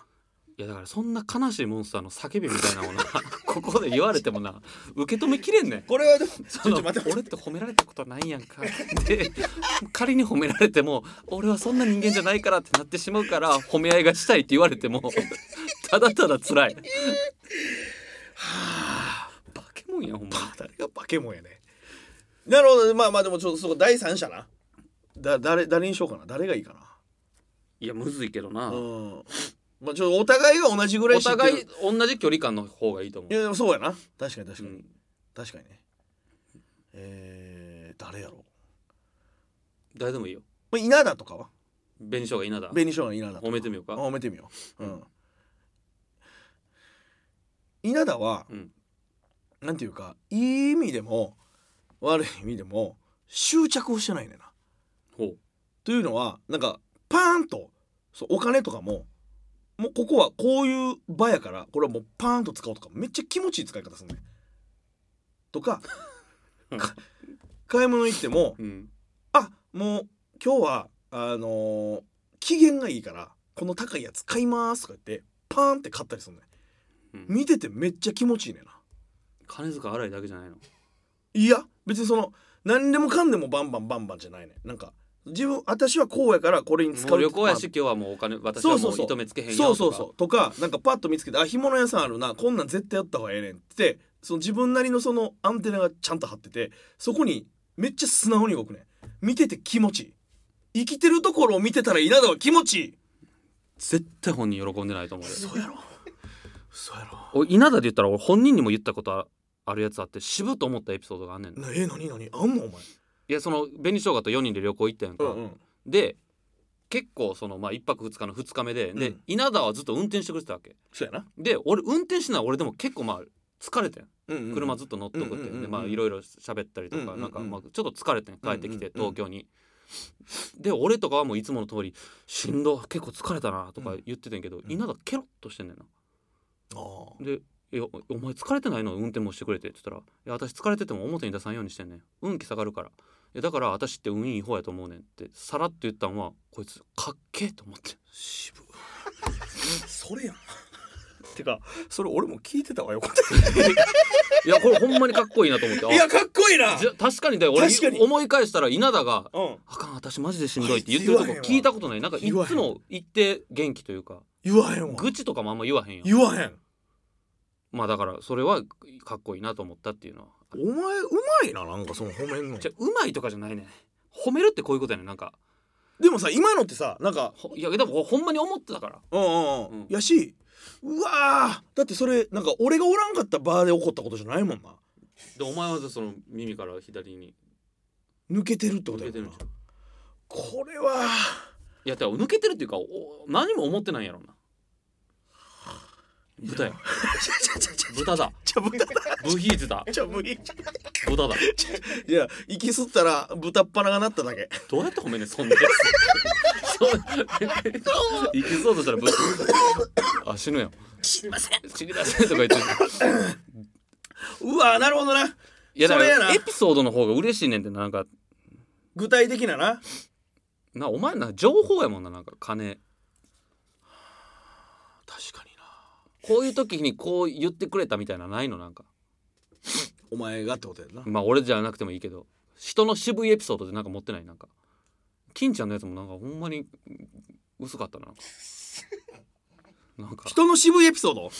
[SPEAKER 2] い
[SPEAKER 1] やだからそんな悲しいモンスターの叫びみたいなものなここで言われてもな受け止めきれんねん
[SPEAKER 2] これはでもち
[SPEAKER 1] その俺って褒められたことないやんかで仮に褒められても俺はそんな人間じゃないからってなってしまうから褒め合いがしたいって言われてもただただ辛いバケモンやんほんま
[SPEAKER 2] 誰がバケモンやねなるほどまあまあでもちょっとそこ第三者なだ誰誰にしようかな誰がいいか
[SPEAKER 1] いやむずいけどな、
[SPEAKER 2] なうんまあちょっとお互いが同じぐらい
[SPEAKER 1] お
[SPEAKER 2] 知ってる
[SPEAKER 1] 互い同じ距離感の方がいいと思う
[SPEAKER 2] いやでもそうやな確かに確か
[SPEAKER 1] う
[SPEAKER 2] に、
[SPEAKER 1] ん
[SPEAKER 2] 確かにねえー、誰やろう、
[SPEAKER 1] 誰でもいいよ
[SPEAKER 2] まあ、稲田とかは
[SPEAKER 1] 紅しょうが稲田
[SPEAKER 2] 紅しょうが稲田とか
[SPEAKER 1] 褒めてみようか
[SPEAKER 2] あ褒めてみよううん、稲田は、
[SPEAKER 1] うん
[SPEAKER 2] なんていうかいい意味でも悪い意味でも執着をしてないねんな
[SPEAKER 1] ほう
[SPEAKER 2] というのはなんかパーンとそうお金とかももうここはこういう場やからこれはもうパーンと使おうとかめっちゃ気持ちいい使い方するねんとか
[SPEAKER 1] うん
[SPEAKER 2] か買い物行っても
[SPEAKER 1] うん
[SPEAKER 2] あもう今日はあのー機嫌がいいからこの高いやつ買いますとか言ってパーンって買ったりするね
[SPEAKER 1] うん
[SPEAKER 2] ん見ててめっちゃ気持ちいいねんな
[SPEAKER 1] 金塚荒いだけじゃないの
[SPEAKER 2] いや別にその何でもかんでもバンバンバンバンじゃないねんなんか自分私はこうやからこれに使
[SPEAKER 1] も
[SPEAKER 2] う
[SPEAKER 1] う旅行やし
[SPEAKER 2] まあ
[SPEAKER 1] 今日はもうお金私
[SPEAKER 2] そ
[SPEAKER 1] は
[SPEAKER 2] うそ
[SPEAKER 1] もう
[SPEAKER 2] うそう
[SPEAKER 1] 糸目つけへんよとか
[SPEAKER 2] そうそうそうとかなんかパッと見つけてあ干物屋さんあるなこんなん絶対やった方がええねんってその自分なりのそのアンテナがちゃんと張っててそこにめっちゃ素直に動くねん見てて気持ちいい生きてるところを見てたら稲田は気持ちいい
[SPEAKER 1] 絶対本人喜んでないと思うよ
[SPEAKER 2] そうやろそうやろ
[SPEAKER 1] 俺稲田で言ったら俺本人にも言ったことああるやつあって渋と思ったエピソードがあんねんな
[SPEAKER 2] なえ何何あんのお前
[SPEAKER 1] いやその紅しょうがと4人で旅行行ったやんか、
[SPEAKER 2] うん
[SPEAKER 1] で結構そのまあ1泊2日の2日目で、
[SPEAKER 2] う
[SPEAKER 1] で
[SPEAKER 2] ん
[SPEAKER 1] 稲田はずっと運転してくれてたわけ
[SPEAKER 2] そうやな
[SPEAKER 1] で俺運転しない俺でも結構まあ疲れてん
[SPEAKER 2] うんうん
[SPEAKER 1] 車ずっと乗っとくって、
[SPEAKER 2] うんうんうんうん
[SPEAKER 1] でまあいろいろ喋ったりとか、
[SPEAKER 2] うんうんうん
[SPEAKER 1] なんかまあちょっと疲れてん帰ってきて、
[SPEAKER 2] うんうんう
[SPEAKER 1] 東
[SPEAKER 2] ん
[SPEAKER 1] 京に。で俺とかはもういつもの通り「しんど結構疲れたな」とか言っててんけど、
[SPEAKER 2] ん
[SPEAKER 1] 稲田ケロッとしてんねんな。
[SPEAKER 2] あー
[SPEAKER 1] で「いやお前疲れてないの運転もしてくれて」って言ったら「いや私疲れてても表に出さんようにしてんねん運気下がるからいやだから私って運いい方やと思うねん」ってさらっと言ったんはこいつかっけえと思って
[SPEAKER 2] 渋 それやんてかそれ俺も聞いてたわよかった
[SPEAKER 1] いやこれほんまにかっこいいなと思ってあ
[SPEAKER 2] いやかっこいいな
[SPEAKER 1] じゃ確かにだよ俺
[SPEAKER 2] 確かに
[SPEAKER 1] 思い返したら稲田が
[SPEAKER 2] うん
[SPEAKER 1] 「あかん私マジでしんどい」って言ってるとこ
[SPEAKER 2] あいつ言わへんわ
[SPEAKER 1] 聞いたことないなんかい
[SPEAKER 2] 言わへん
[SPEAKER 1] つも言って元気というか
[SPEAKER 2] 言わへんわ
[SPEAKER 1] 愚痴とかもあんま言わへんやん
[SPEAKER 2] 言わへん
[SPEAKER 1] まあだからそれはかっこいいなと思ったっていうのは
[SPEAKER 2] お前うまいななんかその褒めんの
[SPEAKER 1] じゃうまいとかじゃないね褒めるってこういうことやねんなんか
[SPEAKER 2] でもさ今のってさなんか
[SPEAKER 1] ほいやでもほんまに思ってたから
[SPEAKER 2] うんうん
[SPEAKER 1] うん
[SPEAKER 2] やしうわーだってそれなんか俺がおらんかったバーで起こったことじゃないもんな
[SPEAKER 1] でお前はその耳から左に
[SPEAKER 2] 抜けてるって
[SPEAKER 1] 抜
[SPEAKER 2] こと
[SPEAKER 1] け
[SPEAKER 2] や
[SPEAKER 1] て
[SPEAKER 2] も
[SPEAKER 1] るん
[SPEAKER 2] んな
[SPEAKER 1] ちゃう
[SPEAKER 2] これはい
[SPEAKER 1] やだから抜けてるっていうかお何も思ってないんやろな豚や
[SPEAKER 2] ちゃちゃちゃちゃ
[SPEAKER 1] 豚だ
[SPEAKER 2] ちゃ豚だ
[SPEAKER 1] ブヒーズだ
[SPEAKER 2] ちゃ無理
[SPEAKER 1] 豚だ
[SPEAKER 2] いや息吸ったら豚っ鼻がなっただけ
[SPEAKER 1] どうやって褒めんねんそんなやつ そういきそうとしたらぶあ死ぬやん
[SPEAKER 2] 知りません
[SPEAKER 1] 死にませんとか言って
[SPEAKER 2] うわーなるほどない
[SPEAKER 1] やだか
[SPEAKER 2] それや
[SPEAKER 1] ら
[SPEAKER 2] な
[SPEAKER 1] エピソードの方が嬉しいねんってなんか
[SPEAKER 2] 具体的なな
[SPEAKER 1] なお前な情報やもんななんか金
[SPEAKER 2] 確かにな
[SPEAKER 1] こういう時にこう言ってくれたみたいなないのなんか
[SPEAKER 2] お前がってことやな
[SPEAKER 1] まあ俺じゃなくてもいいけど人の渋いエピソードでなんか持ってないなんか金ちゃんのやつもなんかほんまに薄かったななんか
[SPEAKER 2] 人の渋いエピソード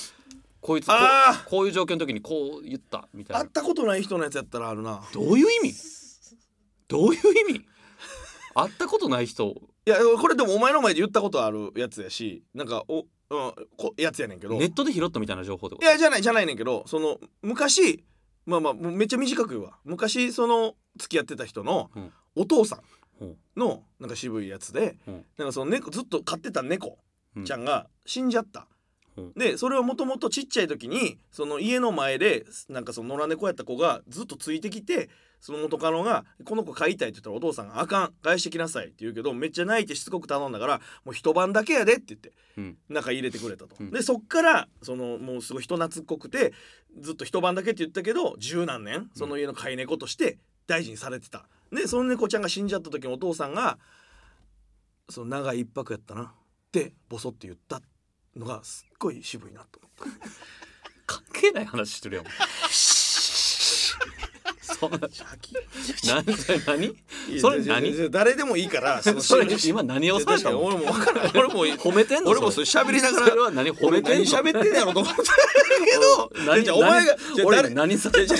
[SPEAKER 1] こいつこ
[SPEAKER 2] あ
[SPEAKER 1] うこういう状況の時にこう言ったみたい
[SPEAKER 2] 会
[SPEAKER 1] な
[SPEAKER 2] ったことない人のやつやったらあるな
[SPEAKER 1] どういう意味どういう意味会ったことない人
[SPEAKER 2] いやこれでもお前の前で言ったことあるやつやしなんかお、うん、こやつやねんけど
[SPEAKER 1] ネットで拾ったみたいな情報ってこ
[SPEAKER 2] いやじゃないじゃないねんけどその昔まあまあもうめっちゃ短く言うわ昔その付き合ってた人の
[SPEAKER 1] うん
[SPEAKER 2] お父さ
[SPEAKER 1] うんん
[SPEAKER 2] のなんか渋いやつで、
[SPEAKER 1] うん
[SPEAKER 2] なんかその猫ずっと飼ってた猫
[SPEAKER 1] と
[SPEAKER 2] ちゃんが死んじゃった、
[SPEAKER 1] うん
[SPEAKER 2] でそれをもともとちっちゃい時にその家の前でなんかその野良猫やった子がずっとついてきてその元カノが「この子飼いたい」って言ったらお父さんが「あかん返してきなさい」って言うけどめっちゃ泣いてしつこく頼んだから「もう一晩だけやで」って言って
[SPEAKER 1] うん
[SPEAKER 2] 中入れてくれたと、
[SPEAKER 1] うん
[SPEAKER 2] でそっからそのもうすごい人懐っこくてずっと一晩だけって言ったけど十何年その家の飼い猫として大事にされてたでその猫ちゃんが死んじゃった時にお父さんが「その長い一泊やったな」ってボソって言ったのがすっごい渋いなと思った
[SPEAKER 1] 関係ない話してる やんそんな何それ何それ何
[SPEAKER 2] 誰でもいいからそ の
[SPEAKER 1] それ今何をされたの
[SPEAKER 2] 俺も分からん俺も
[SPEAKER 1] 褒めてんの
[SPEAKER 2] 俺 もそれ喋りながら
[SPEAKER 1] それは何褒
[SPEAKER 2] 俺
[SPEAKER 1] めてん
[SPEAKER 2] 何
[SPEAKER 1] の
[SPEAKER 2] 喋ってんやろと思ったけど
[SPEAKER 1] 何
[SPEAKER 2] じゃあお前が
[SPEAKER 1] 何
[SPEAKER 2] じゃあ
[SPEAKER 1] 俺
[SPEAKER 2] 誰
[SPEAKER 1] が何されたの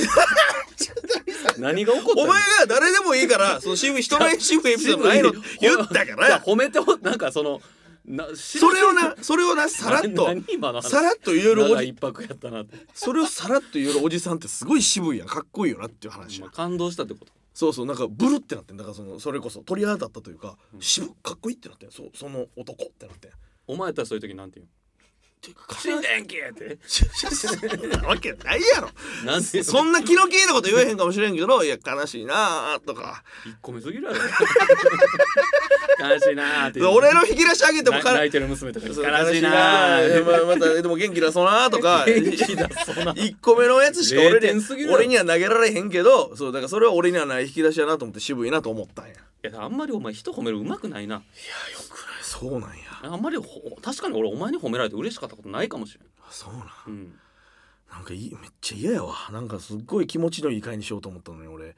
[SPEAKER 1] 何が起こった
[SPEAKER 2] お前が誰でもいいから その渋い人の渋いエピソードないの言ったか
[SPEAKER 1] じゃあ
[SPEAKER 2] ら
[SPEAKER 1] 褒めてほなんかそのな
[SPEAKER 2] それを
[SPEAKER 1] 知ら
[SPEAKER 2] なそれをなさらっと
[SPEAKER 1] 何今の話
[SPEAKER 2] さらっと言えるお
[SPEAKER 1] 長い
[SPEAKER 2] じ
[SPEAKER 1] 一泊やったなって
[SPEAKER 2] それをさらっと言えるおじさんってすごい渋いやんかっこいいよなっていう話
[SPEAKER 1] まあ感動したってこと
[SPEAKER 2] そうそうなんかブルってなってんだからそのそれこそ鳥肌だったというか渋っかっこいいってなってんそうその男ってなってん
[SPEAKER 1] お前やったらそういう時なんて言う
[SPEAKER 2] 死んでんけってなわけないやろ
[SPEAKER 1] なんで
[SPEAKER 2] そんな気の利いたこと言えへんかもしれんけどいや悲しいなあとか
[SPEAKER 1] 一個目すぎるやろ悲しいなーっていう
[SPEAKER 2] 俺の引き出し上げても
[SPEAKER 1] な
[SPEAKER 2] か
[SPEAKER 1] 泣いてる娘とか悲
[SPEAKER 2] そう
[SPEAKER 1] しいな
[SPEAKER 2] 悲しい
[SPEAKER 1] ー
[SPEAKER 2] なまあまたでも元気だそうなと か
[SPEAKER 1] 元気だそうな
[SPEAKER 2] 1個目のやつしか俺
[SPEAKER 1] 0点すぎ
[SPEAKER 2] に
[SPEAKER 1] るやろ
[SPEAKER 2] 俺には投げられへんけどそうだからそれは俺にはない引き出しやなと思って渋いなと思ったんやいやよ
[SPEAKER 1] いやあんまりお前人褒めるうまくないな
[SPEAKER 2] くないそうなんや
[SPEAKER 1] あんまりほ確かに俺お前に褒められて嬉しかったことないかもしれん
[SPEAKER 2] そうなん
[SPEAKER 1] うん
[SPEAKER 2] なんかいいめっちゃ嫌やわなんかすっごい気持ちのいい会にしようと思ったのに俺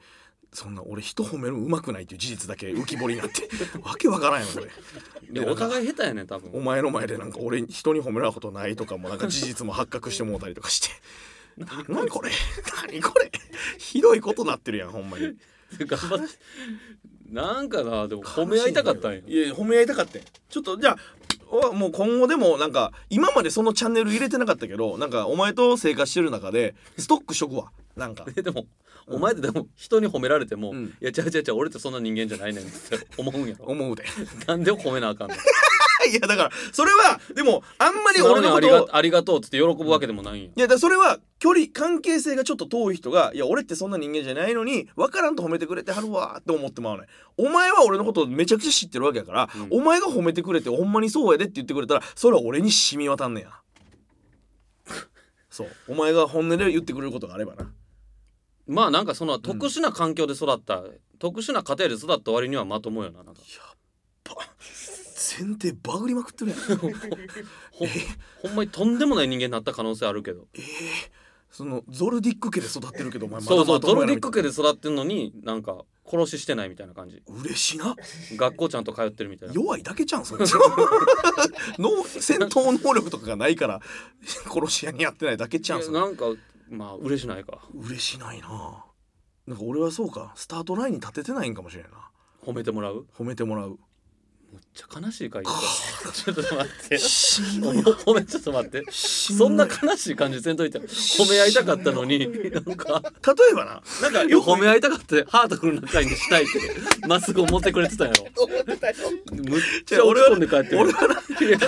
[SPEAKER 2] そんな俺人褒めるうまくないっていう事実だけ浮き彫りになって わけわからんやん俺
[SPEAKER 1] いやお互い下手やねん多分
[SPEAKER 2] お前の前でなんか俺に人に褒められたことないとかもなんか事実も発覚してもうたりと かして何これ何これひどいことなってるやんほんまに
[SPEAKER 1] 頑張ってなんかなでも褒め合いたかったんや
[SPEAKER 2] いや褒め合いたかったんやちょっとじゃあおもう今後でもなんか今までそのチャンネル入れてなかったけどなんかお前と生活してる中でストックしとくわなんか
[SPEAKER 1] えでも、お前ってでも人に褒められても「
[SPEAKER 2] うん
[SPEAKER 1] いや違う違う違う俺ってそんな人間じゃないねん」って思うんやろ
[SPEAKER 2] 思うで
[SPEAKER 1] なんで褒めなあ かんの
[SPEAKER 2] いやだからそれはでもあんまり俺
[SPEAKER 1] 俺の
[SPEAKER 2] の
[SPEAKER 1] あ
[SPEAKER 2] こ
[SPEAKER 1] り
[SPEAKER 2] と
[SPEAKER 1] が
[SPEAKER 2] を
[SPEAKER 1] ありがとうっつって喜ぶわけでもないんや、
[SPEAKER 2] いやだからそれは距離関係性がちょっと遠い人が「いや俺ってそんな人間じゃないのに分からんと褒めてくれてはるわ」って思ってまうねんお前は俺のことをめちゃくちゃ知ってるわけやから、
[SPEAKER 1] うん
[SPEAKER 2] お前が褒めてくれて「ほんまにそうやで」って言ってくれたらそれは俺に染み渡んねや そうお前が本音で言ってくれることがあればな
[SPEAKER 1] まあなんかその特殊な環境で育った、特殊な家庭で育った割にはまともよななんか
[SPEAKER 2] 前提バグりまく ってるやん
[SPEAKER 1] ほほんまにとんでもない人間になった可能性あるけど
[SPEAKER 2] そのゾルディック家で育ってるけどお前まだ
[SPEAKER 1] そうそ
[SPEAKER 2] ま
[SPEAKER 1] う
[SPEAKER 2] と
[SPEAKER 1] ゾ
[SPEAKER 2] も
[SPEAKER 1] ル
[SPEAKER 2] やな
[SPEAKER 1] ディッ
[SPEAKER 2] みた
[SPEAKER 1] ク
[SPEAKER 2] いな
[SPEAKER 1] 家で育ってんのになんか殺ししてないみたいな感じ
[SPEAKER 2] 嬉しいな
[SPEAKER 1] 学校ちゃんと通ってるみたいな
[SPEAKER 2] 弱いだけじゃん それ脳戦闘能力とかがないから殺し屋にやってないだけじゃん
[SPEAKER 1] いや
[SPEAKER 2] それ
[SPEAKER 1] なんかまあ嬉しないか
[SPEAKER 2] 嬉しないななんか俺はそうかスタートラインに立ててないんかもしれないな
[SPEAKER 1] 褒めてもらう
[SPEAKER 2] 褒めてもらう
[SPEAKER 1] めっちゃ悲しい回答ちょっと待って
[SPEAKER 2] しんどいな
[SPEAKER 1] 褒めちょっと待って
[SPEAKER 2] し
[SPEAKER 1] そんな
[SPEAKER 2] どい
[SPEAKER 1] 悲しい感じせんといて褒め合いたかったのになんか
[SPEAKER 2] 例えばななんかよく
[SPEAKER 1] 褒め合いたかったハートフルな回にしたいってまっすぐ思ってくれてたんやろむっちゃ落ち込んで帰ってる
[SPEAKER 2] 俺はな 例え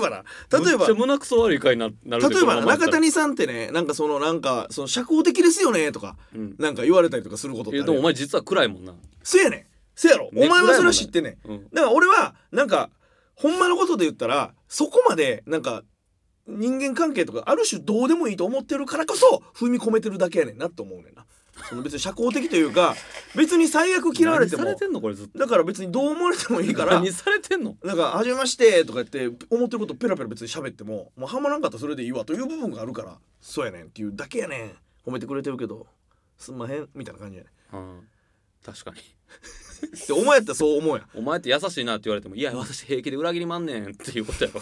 [SPEAKER 2] ばな例え
[SPEAKER 1] むっ
[SPEAKER 2] ば
[SPEAKER 1] ちゃ胸くそ悪い回にななるで
[SPEAKER 2] 例えばな
[SPEAKER 1] このまま
[SPEAKER 2] 中谷さんってねなんかそのなんかその社交的ですよねとか、
[SPEAKER 1] うん
[SPEAKER 2] なんか言われたりとかするこ
[SPEAKER 1] い
[SPEAKER 2] とって
[SPEAKER 1] や
[SPEAKER 2] あ
[SPEAKER 1] で
[SPEAKER 2] る
[SPEAKER 1] も
[SPEAKER 2] や
[SPEAKER 1] お
[SPEAKER 2] ん
[SPEAKER 1] 前実は暗いもんな
[SPEAKER 2] せやねんせやろお
[SPEAKER 1] ね
[SPEAKER 2] 前はそれを知ってんねん
[SPEAKER 1] うん
[SPEAKER 2] だから俺はなんかほんまのことで言ったらそこまでなんか人間関係とかある種どうでもいいと思ってるからこそ踏み込めてるだけやねんなと思うねんなその別に社交的というか別に最悪嫌われても
[SPEAKER 1] 何されてんのこれずっと
[SPEAKER 2] だから別にどう思われてもいいから
[SPEAKER 1] 何されてんの
[SPEAKER 2] なんか「はじめまして」とか言って思ってることペラペラ別に喋ってももうハマらんかったらそれでいいわという部分があるからそうやねんっていうだけやねん褒めてくれてるけどすんまへんみたいな感じやね
[SPEAKER 1] うん確かに
[SPEAKER 2] んでお前やったらそう思うやん
[SPEAKER 1] お前って優しいなって言われても「いや私平気で裏切りまんねん」っていうことや ろ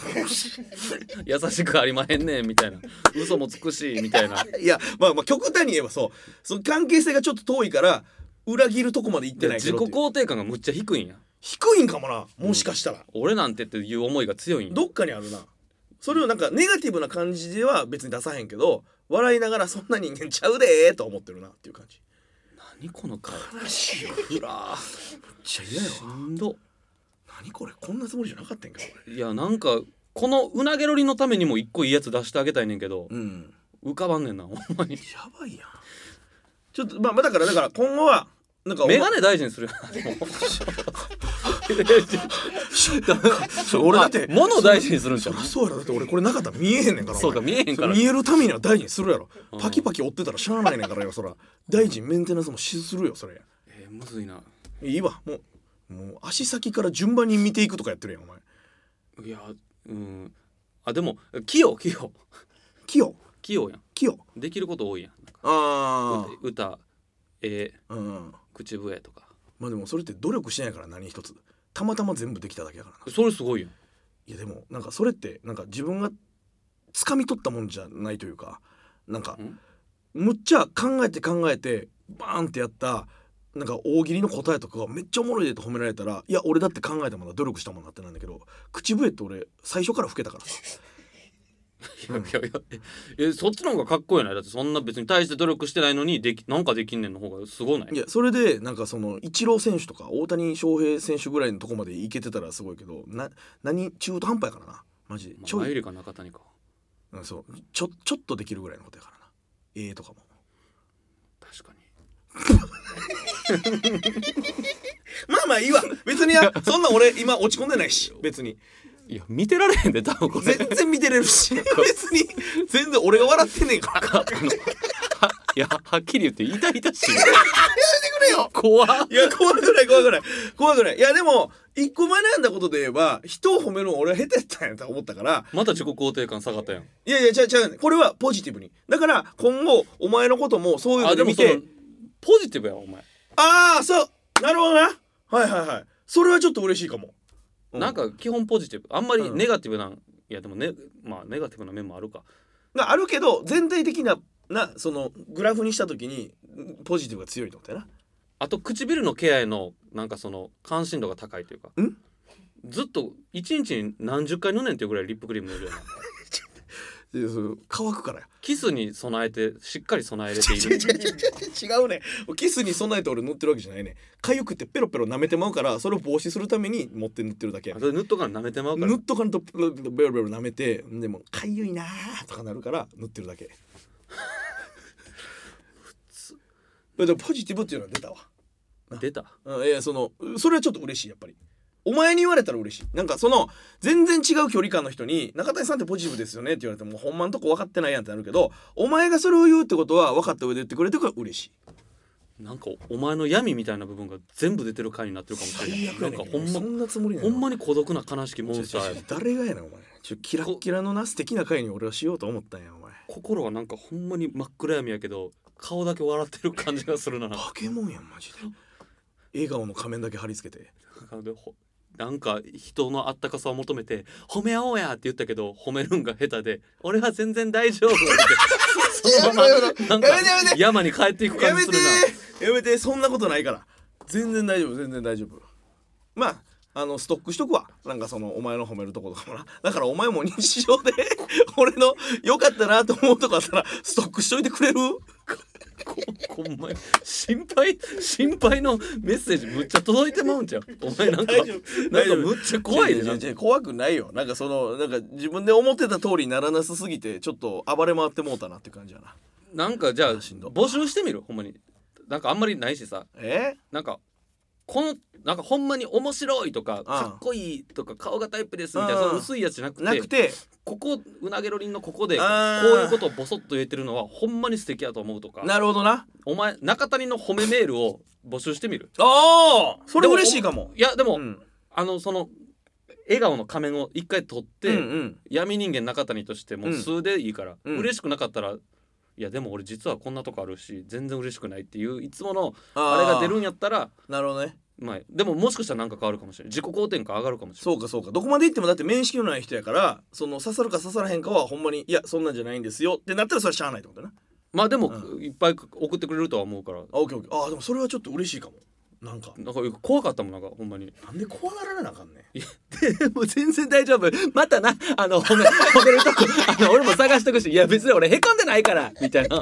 [SPEAKER 1] 優しくありまへんねんみたいな嘘もつくしみたいない
[SPEAKER 2] やまあまあ極端に言えばそうその関係性がちょっと遠いから裏切るとこまで行っ
[SPEAKER 1] で
[SPEAKER 2] てないけ
[SPEAKER 1] 自己
[SPEAKER 2] どって
[SPEAKER 1] 肯
[SPEAKER 2] いう
[SPEAKER 1] 定感がむっちゃ低いんや
[SPEAKER 2] 低いんかもなもしかしたら、
[SPEAKER 1] 俺なんてっていう思いが強いんや
[SPEAKER 2] どっかにあるなそれをなんかネガティブな感じでは別に出さへんけど笑いながらそんな人間ちゃうでーと思ってるなっていう感じ
[SPEAKER 1] 何この顔めっ
[SPEAKER 2] 悲しいようらーめっちゃ嫌よ
[SPEAKER 1] しんど
[SPEAKER 2] 何これこんなつもりじゃなかったんか俺
[SPEAKER 1] いやなんかこのうなげろりのためにも一個いいやつ出してあげたいねんけど、
[SPEAKER 2] うん
[SPEAKER 1] 浮かばんねんなほんまに
[SPEAKER 2] やばいやんちょっとまあまあだからだから今後はなんかお前
[SPEAKER 1] 眼鏡大事にするよ
[SPEAKER 2] 俺だって
[SPEAKER 1] もの大事にするんじゃ
[SPEAKER 2] そ
[SPEAKER 1] ん
[SPEAKER 2] りゃそうやろだって俺これなかったら見えへんねんから
[SPEAKER 1] そうか
[SPEAKER 2] お
[SPEAKER 1] 見
[SPEAKER 2] 前
[SPEAKER 1] えへんから
[SPEAKER 2] それ見えるためには大事にするやろ
[SPEAKER 1] うん
[SPEAKER 2] パキパキ折ってたらしゃあないねんからよそら大事にメンテナンスもしするよそれ
[SPEAKER 1] えーむずいない
[SPEAKER 2] いわもうもう足先から順番に見ていくとかやってるやんお前
[SPEAKER 1] いやうんあでも器用器用
[SPEAKER 2] 器用
[SPEAKER 1] 器用やん
[SPEAKER 2] 器用
[SPEAKER 1] できること多いやんなんか
[SPEAKER 2] あ
[SPEAKER 1] う歌え
[SPEAKER 2] あうん
[SPEAKER 1] 口笛とか
[SPEAKER 2] まあでもそれって努力してないから何一つたまたま全部できただけやからな
[SPEAKER 1] それすごいやん
[SPEAKER 2] いやでもなんかそれってなんか自分が掴み取ったもんじゃないというかなんか
[SPEAKER 1] ん
[SPEAKER 2] むっちゃ考えて考えてバーンってやったなんか大喜利の答えとかがめっちゃおもろいでと褒められたらいや俺だって考えたものだ努力したもんだってなんだけど口笛って俺最初から老けたからさ
[SPEAKER 1] いやいやいやええそっちの方がかっこいいないだってそんな別に大して努力してないのにできなんかできんねんの方がすごない
[SPEAKER 2] いやそれでなんかそのイチロー選手とか大谷翔平選手ぐらいのとこまでいけてたらすごいけどな何中途半端やからなマジで
[SPEAKER 1] まあ
[SPEAKER 2] ちょ
[SPEAKER 1] 前よ
[SPEAKER 2] い、
[SPEAKER 1] りか中谷か
[SPEAKER 2] うん、そうちょちょっとできるぐらいのことやからなええとかも
[SPEAKER 1] 確かに
[SPEAKER 2] まあまあいいわ別にやそんな俺今落ち込んでないし別に
[SPEAKER 1] いや見てられへんで多分これ
[SPEAKER 2] 全然見てれる し別に全然俺が笑ってんねんから
[SPEAKER 1] あのはいやはっきり言って痛 々しい
[SPEAKER 2] くれよ
[SPEAKER 1] 怖っ
[SPEAKER 2] いや怖くない怖くない怖くないいやでも一個学んだことで言えば人を褒めるの俺は下手やったんやと思ったから
[SPEAKER 1] また自己肯定感下がったやん
[SPEAKER 2] いやいや違う違うこれはポジティブにだから今後お前のこともそういうの
[SPEAKER 1] あ
[SPEAKER 2] で
[SPEAKER 1] でも
[SPEAKER 2] 見
[SPEAKER 1] その
[SPEAKER 2] て
[SPEAKER 1] ポジティブやんお前、
[SPEAKER 2] ああそうなるほどなはいはいはいそれはちょっと嬉しいかもうん
[SPEAKER 1] なんか基本ポジティブあんまり
[SPEAKER 2] うん
[SPEAKER 1] ネガティブなん、いやでもねまあネガティブな面もあるか
[SPEAKER 2] があるけど全体的ななそのグラフにした時にポジティブが強いってことやな
[SPEAKER 1] あと唇のケアへのなんかその関心度が高いというか
[SPEAKER 2] ん
[SPEAKER 1] ずっと一日に何十回塗んねんっていうぐらいリップクリーム塗るような
[SPEAKER 2] いやその乾くからや
[SPEAKER 1] キスに備えてしっかり備えれてい
[SPEAKER 2] 違う違
[SPEAKER 1] る
[SPEAKER 2] う違う違う違うねキスに備えて俺塗ってるわけじゃないねかゆくてペロペロ舐めてまうからそれを防止するために持って塗ってるだけや
[SPEAKER 1] あそれ塗っとかな舐めてまうから
[SPEAKER 2] 塗っとかんとペロペロペロペロ舐めてでもかゆいなーとかなるから塗ってるだけ普通ポジティブっていうのは出たわ
[SPEAKER 1] 出た
[SPEAKER 2] うんいやそのそれはちょっと嬉しいやっぱりお前に言われたら嬉しいなんかその全然違う距離感の人に「中谷さんってポジティブですよね」って言われてもほんまのとこ分かってないやんってなるけどお前がそれを言うってことは分かった上で言ってくれてるから嬉しい
[SPEAKER 1] なんかお前の闇みたいな部分が全部出てる回になってるかもしれないなんかほん
[SPEAKER 2] そ
[SPEAKER 1] ま
[SPEAKER 2] んなつもりない
[SPEAKER 1] ほんまに孤独な悲しきモ
[SPEAKER 2] ちょ
[SPEAKER 1] ンス
[SPEAKER 2] ち
[SPEAKER 1] タ
[SPEAKER 2] ょ
[SPEAKER 1] ーや
[SPEAKER 2] ちょ誰がやねんお前ちょキラッキラのな素敵な会に俺はしようと思ったんやお前
[SPEAKER 1] 心はなんかほんまに真っ暗闇やけど顔だけ笑ってる感じがするななん
[SPEAKER 2] バケモンやんマジで笑顔の仮面だけ貼り付けて
[SPEAKER 1] かでほなんか人のあったかさを求めて「褒め合おうや!」って言ったけど褒めるんが下手で「俺は全然大丈夫」ってそのま
[SPEAKER 2] やめろ
[SPEAKER 1] まなんか
[SPEAKER 2] やめてやめて
[SPEAKER 1] 山に帰っていく
[SPEAKER 2] や
[SPEAKER 1] 感じ
[SPEAKER 2] め
[SPEAKER 1] す
[SPEAKER 2] て
[SPEAKER 1] るな
[SPEAKER 2] ーやめてーそんなことないから全然大丈夫全然大丈夫まああのストックしとくわなんかそのお前の褒めるとことかもなだからお前も日常で俺の良かったなと思うとこあったらストックしといてくれる
[SPEAKER 1] ここんまに心配心配のメッセージむっちゃ届いてまうんじゃんお前なんか
[SPEAKER 2] 大丈夫
[SPEAKER 1] なんかむっちゃ怖いで
[SPEAKER 2] 違う違
[SPEAKER 1] な
[SPEAKER 2] う違う怖くないよなんかそのなんか自分で思ってた通りにならなさすぎてちょっと暴れ回ってもうたなって感じやな
[SPEAKER 1] なんかじゃあ
[SPEAKER 2] しんど
[SPEAKER 1] 募集してみるほんまになんかあんまりないしさ
[SPEAKER 2] え
[SPEAKER 1] なんかこのなんかほんまに面白いとかかっこいいとか顔がタイプですみたいな
[SPEAKER 2] うん
[SPEAKER 1] その薄いやつじゃなくて
[SPEAKER 2] なくて
[SPEAKER 1] ここうなげろりんのここでこう
[SPEAKER 2] あー
[SPEAKER 1] いうことをボソッと言えてるのはほんまに素敵やと思うとか
[SPEAKER 2] なるほどな
[SPEAKER 1] お前中谷の褒めメールを募集してみる
[SPEAKER 2] ああそれ嬉しいかも
[SPEAKER 1] いやでも、
[SPEAKER 2] うん
[SPEAKER 1] あのその笑顔の仮面を一回取って、
[SPEAKER 2] うんうん
[SPEAKER 1] 闇人間中谷としてもう数でいいから、
[SPEAKER 2] うん
[SPEAKER 1] 嬉しくなかったらいやでも俺実はこんなとこあるし全然嬉しくないっていういつもの
[SPEAKER 2] あ
[SPEAKER 1] あ
[SPEAKER 2] ー
[SPEAKER 1] れが出るんやったら
[SPEAKER 2] なるほどね
[SPEAKER 1] まあでももしかしたら何か変わるかもしれない自己肯定感上がるかもしれない
[SPEAKER 2] そうかそうかどこまで行ってもだって面識のない人やからその刺さるか刺さらへんかはほんまにいやそんなんじゃないんですよってなったらそれはしゃあないってことだな
[SPEAKER 1] まあでも、
[SPEAKER 2] う
[SPEAKER 1] いっぱい送ってくれるとは思うから
[SPEAKER 2] あオッケーオッケーあでもそれはちょっと嬉しいかもなんか
[SPEAKER 1] なんか怖かったもんなんかほんまに
[SPEAKER 2] なんで怖がられなあかんねん
[SPEAKER 1] もう全然大丈夫またなあの褒め褒めるとこあの俺も探しとくしいや別に俺へこんでないからみたいな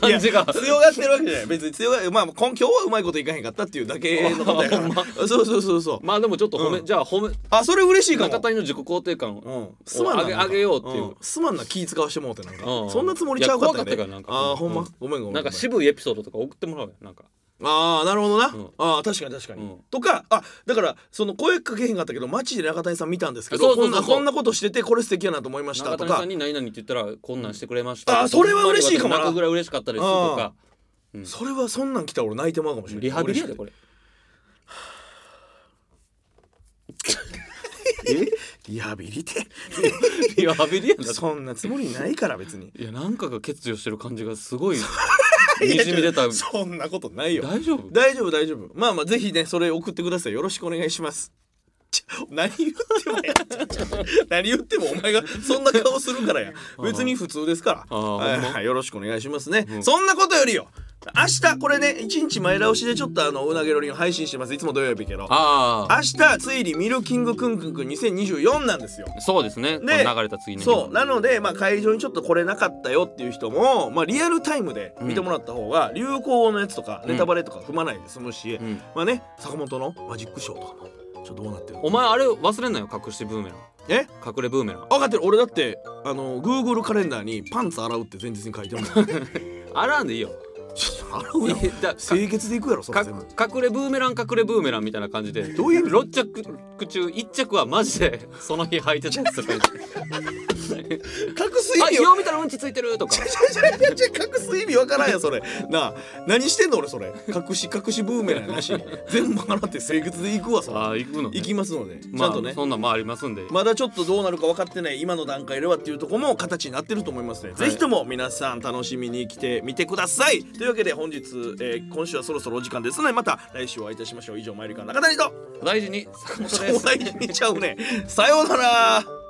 [SPEAKER 1] 感じが
[SPEAKER 2] 強がってるわけじゃない別に強がまあ今今日はうまいこといかへんかったっていうだけのことや から、そうそうそうそう
[SPEAKER 1] まあでもちょっと褒め、
[SPEAKER 2] うん
[SPEAKER 1] じゃあ褒め
[SPEAKER 2] あそれ嬉しいかも
[SPEAKER 1] 中谷の自己肯定感
[SPEAKER 2] うん、すまんな
[SPEAKER 1] おあげ
[SPEAKER 2] なんか
[SPEAKER 1] あげようっていうん
[SPEAKER 2] すまんな気使わしてもうてなんか、
[SPEAKER 1] うん
[SPEAKER 2] そんなつもりちゃうかった
[SPEAKER 1] いや怖かったからなんか
[SPEAKER 2] ああほんま、
[SPEAKER 1] うん
[SPEAKER 2] ごめんごめん
[SPEAKER 1] なんか
[SPEAKER 2] ごめ
[SPEAKER 1] 渋いエピソードとか送ってもらおうよなんか
[SPEAKER 2] ああなるほどな、
[SPEAKER 1] うん
[SPEAKER 2] ああ確かに確かに、
[SPEAKER 1] うん
[SPEAKER 2] とかあだからその声かけへんかったけど街で中谷さん見たんですけど
[SPEAKER 1] そうそう
[SPEAKER 2] こ
[SPEAKER 1] そうんそう
[SPEAKER 2] なこんなことしててこれ素敵やなと思いました
[SPEAKER 1] 中
[SPEAKER 2] と
[SPEAKER 1] 谷さ
[SPEAKER 2] か
[SPEAKER 1] んに何々って言ったらこんなんしてくれました
[SPEAKER 2] あそれは嬉しいかもな
[SPEAKER 1] 泣くぐらい嬉しかったですとか
[SPEAKER 2] それはそんなん来たら俺泣いてまうかもし れない
[SPEAKER 1] リハビリやで
[SPEAKER 2] 嬉しく
[SPEAKER 1] これ
[SPEAKER 2] てリハビリって
[SPEAKER 1] リハビリやんだって
[SPEAKER 2] そんなつもりないから別に
[SPEAKER 1] いやなんかが欠如してる感じがす ごいにじみ出た
[SPEAKER 2] そんなことないよ
[SPEAKER 1] 大丈夫
[SPEAKER 2] 大丈夫大丈夫まあまあぜひねそれ送ってくださいよろしくお願いしますちょ何言ってもや 何言ってもお前がそんな顔するからや別に普通ですから
[SPEAKER 1] あー
[SPEAKER 2] はい
[SPEAKER 1] ほんま
[SPEAKER 2] はいよろしくお願いしますね、そんなことよりよ明日これね一日前倒しでちょっとあのうなげロリンを配信してますいつも土曜日やけど
[SPEAKER 1] あ
[SPEAKER 2] 明日ついにミルキングくんくんくん2024なんですよ
[SPEAKER 1] あそうですねこ
[SPEAKER 2] で
[SPEAKER 1] の流れた次の日
[SPEAKER 2] そうなので、まあ、会場にちょっと来れなかったよっていう人も、まあ、リアルタイムで見てもらった方が、流行語のやつとか
[SPEAKER 1] ん
[SPEAKER 2] ネタバレとか踏まないで済むし、
[SPEAKER 1] ん
[SPEAKER 2] まあね坂本のマジックショーとかもちょっとどうなってる
[SPEAKER 1] お前あれ忘れんなよ隠しブーメラン
[SPEAKER 2] え
[SPEAKER 1] 隠れブーメラン
[SPEAKER 2] 分かってる俺だってあの Google カレンダーにパンツ洗うって前日に書いてるもん ちょ
[SPEAKER 1] あらんでいいよ
[SPEAKER 2] っと洗うやろ
[SPEAKER 1] いや だ
[SPEAKER 2] 清潔でいくやろそ
[SPEAKER 1] か
[SPEAKER 2] れ全部
[SPEAKER 1] 隠れブーメラン隠れブーメランみたいな感じで
[SPEAKER 2] どういう意味
[SPEAKER 1] 6着中1着はマジで その日 履いてたりする
[SPEAKER 2] 隠す
[SPEAKER 1] あ
[SPEAKER 2] 意味
[SPEAKER 1] よう見たらうんちついてるとか
[SPEAKER 2] 違う違う違う隠す意味わからんやそれなあ何してんの俺それ隠し隠しブーメランやなし全部洗って清潔でいくわそれ
[SPEAKER 1] ああ行くのね
[SPEAKER 2] 行きますので、ち
[SPEAKER 1] ま
[SPEAKER 2] ゃ
[SPEAKER 1] あ
[SPEAKER 2] んとね
[SPEAKER 1] そんなんもありますんで
[SPEAKER 2] まだちょっとどうなるか分かってない今の段階ではっていうところも形になってると思いますね、
[SPEAKER 1] い
[SPEAKER 2] ぜひとも皆さん楽しみに来てみてくださいというわけで本日、えー今週はそろそろお時間ですのでまた来週お会いいたしましょう以上マイルカの中谷と
[SPEAKER 1] お大事に坂本です
[SPEAKER 2] お大事にちゃうねさようなら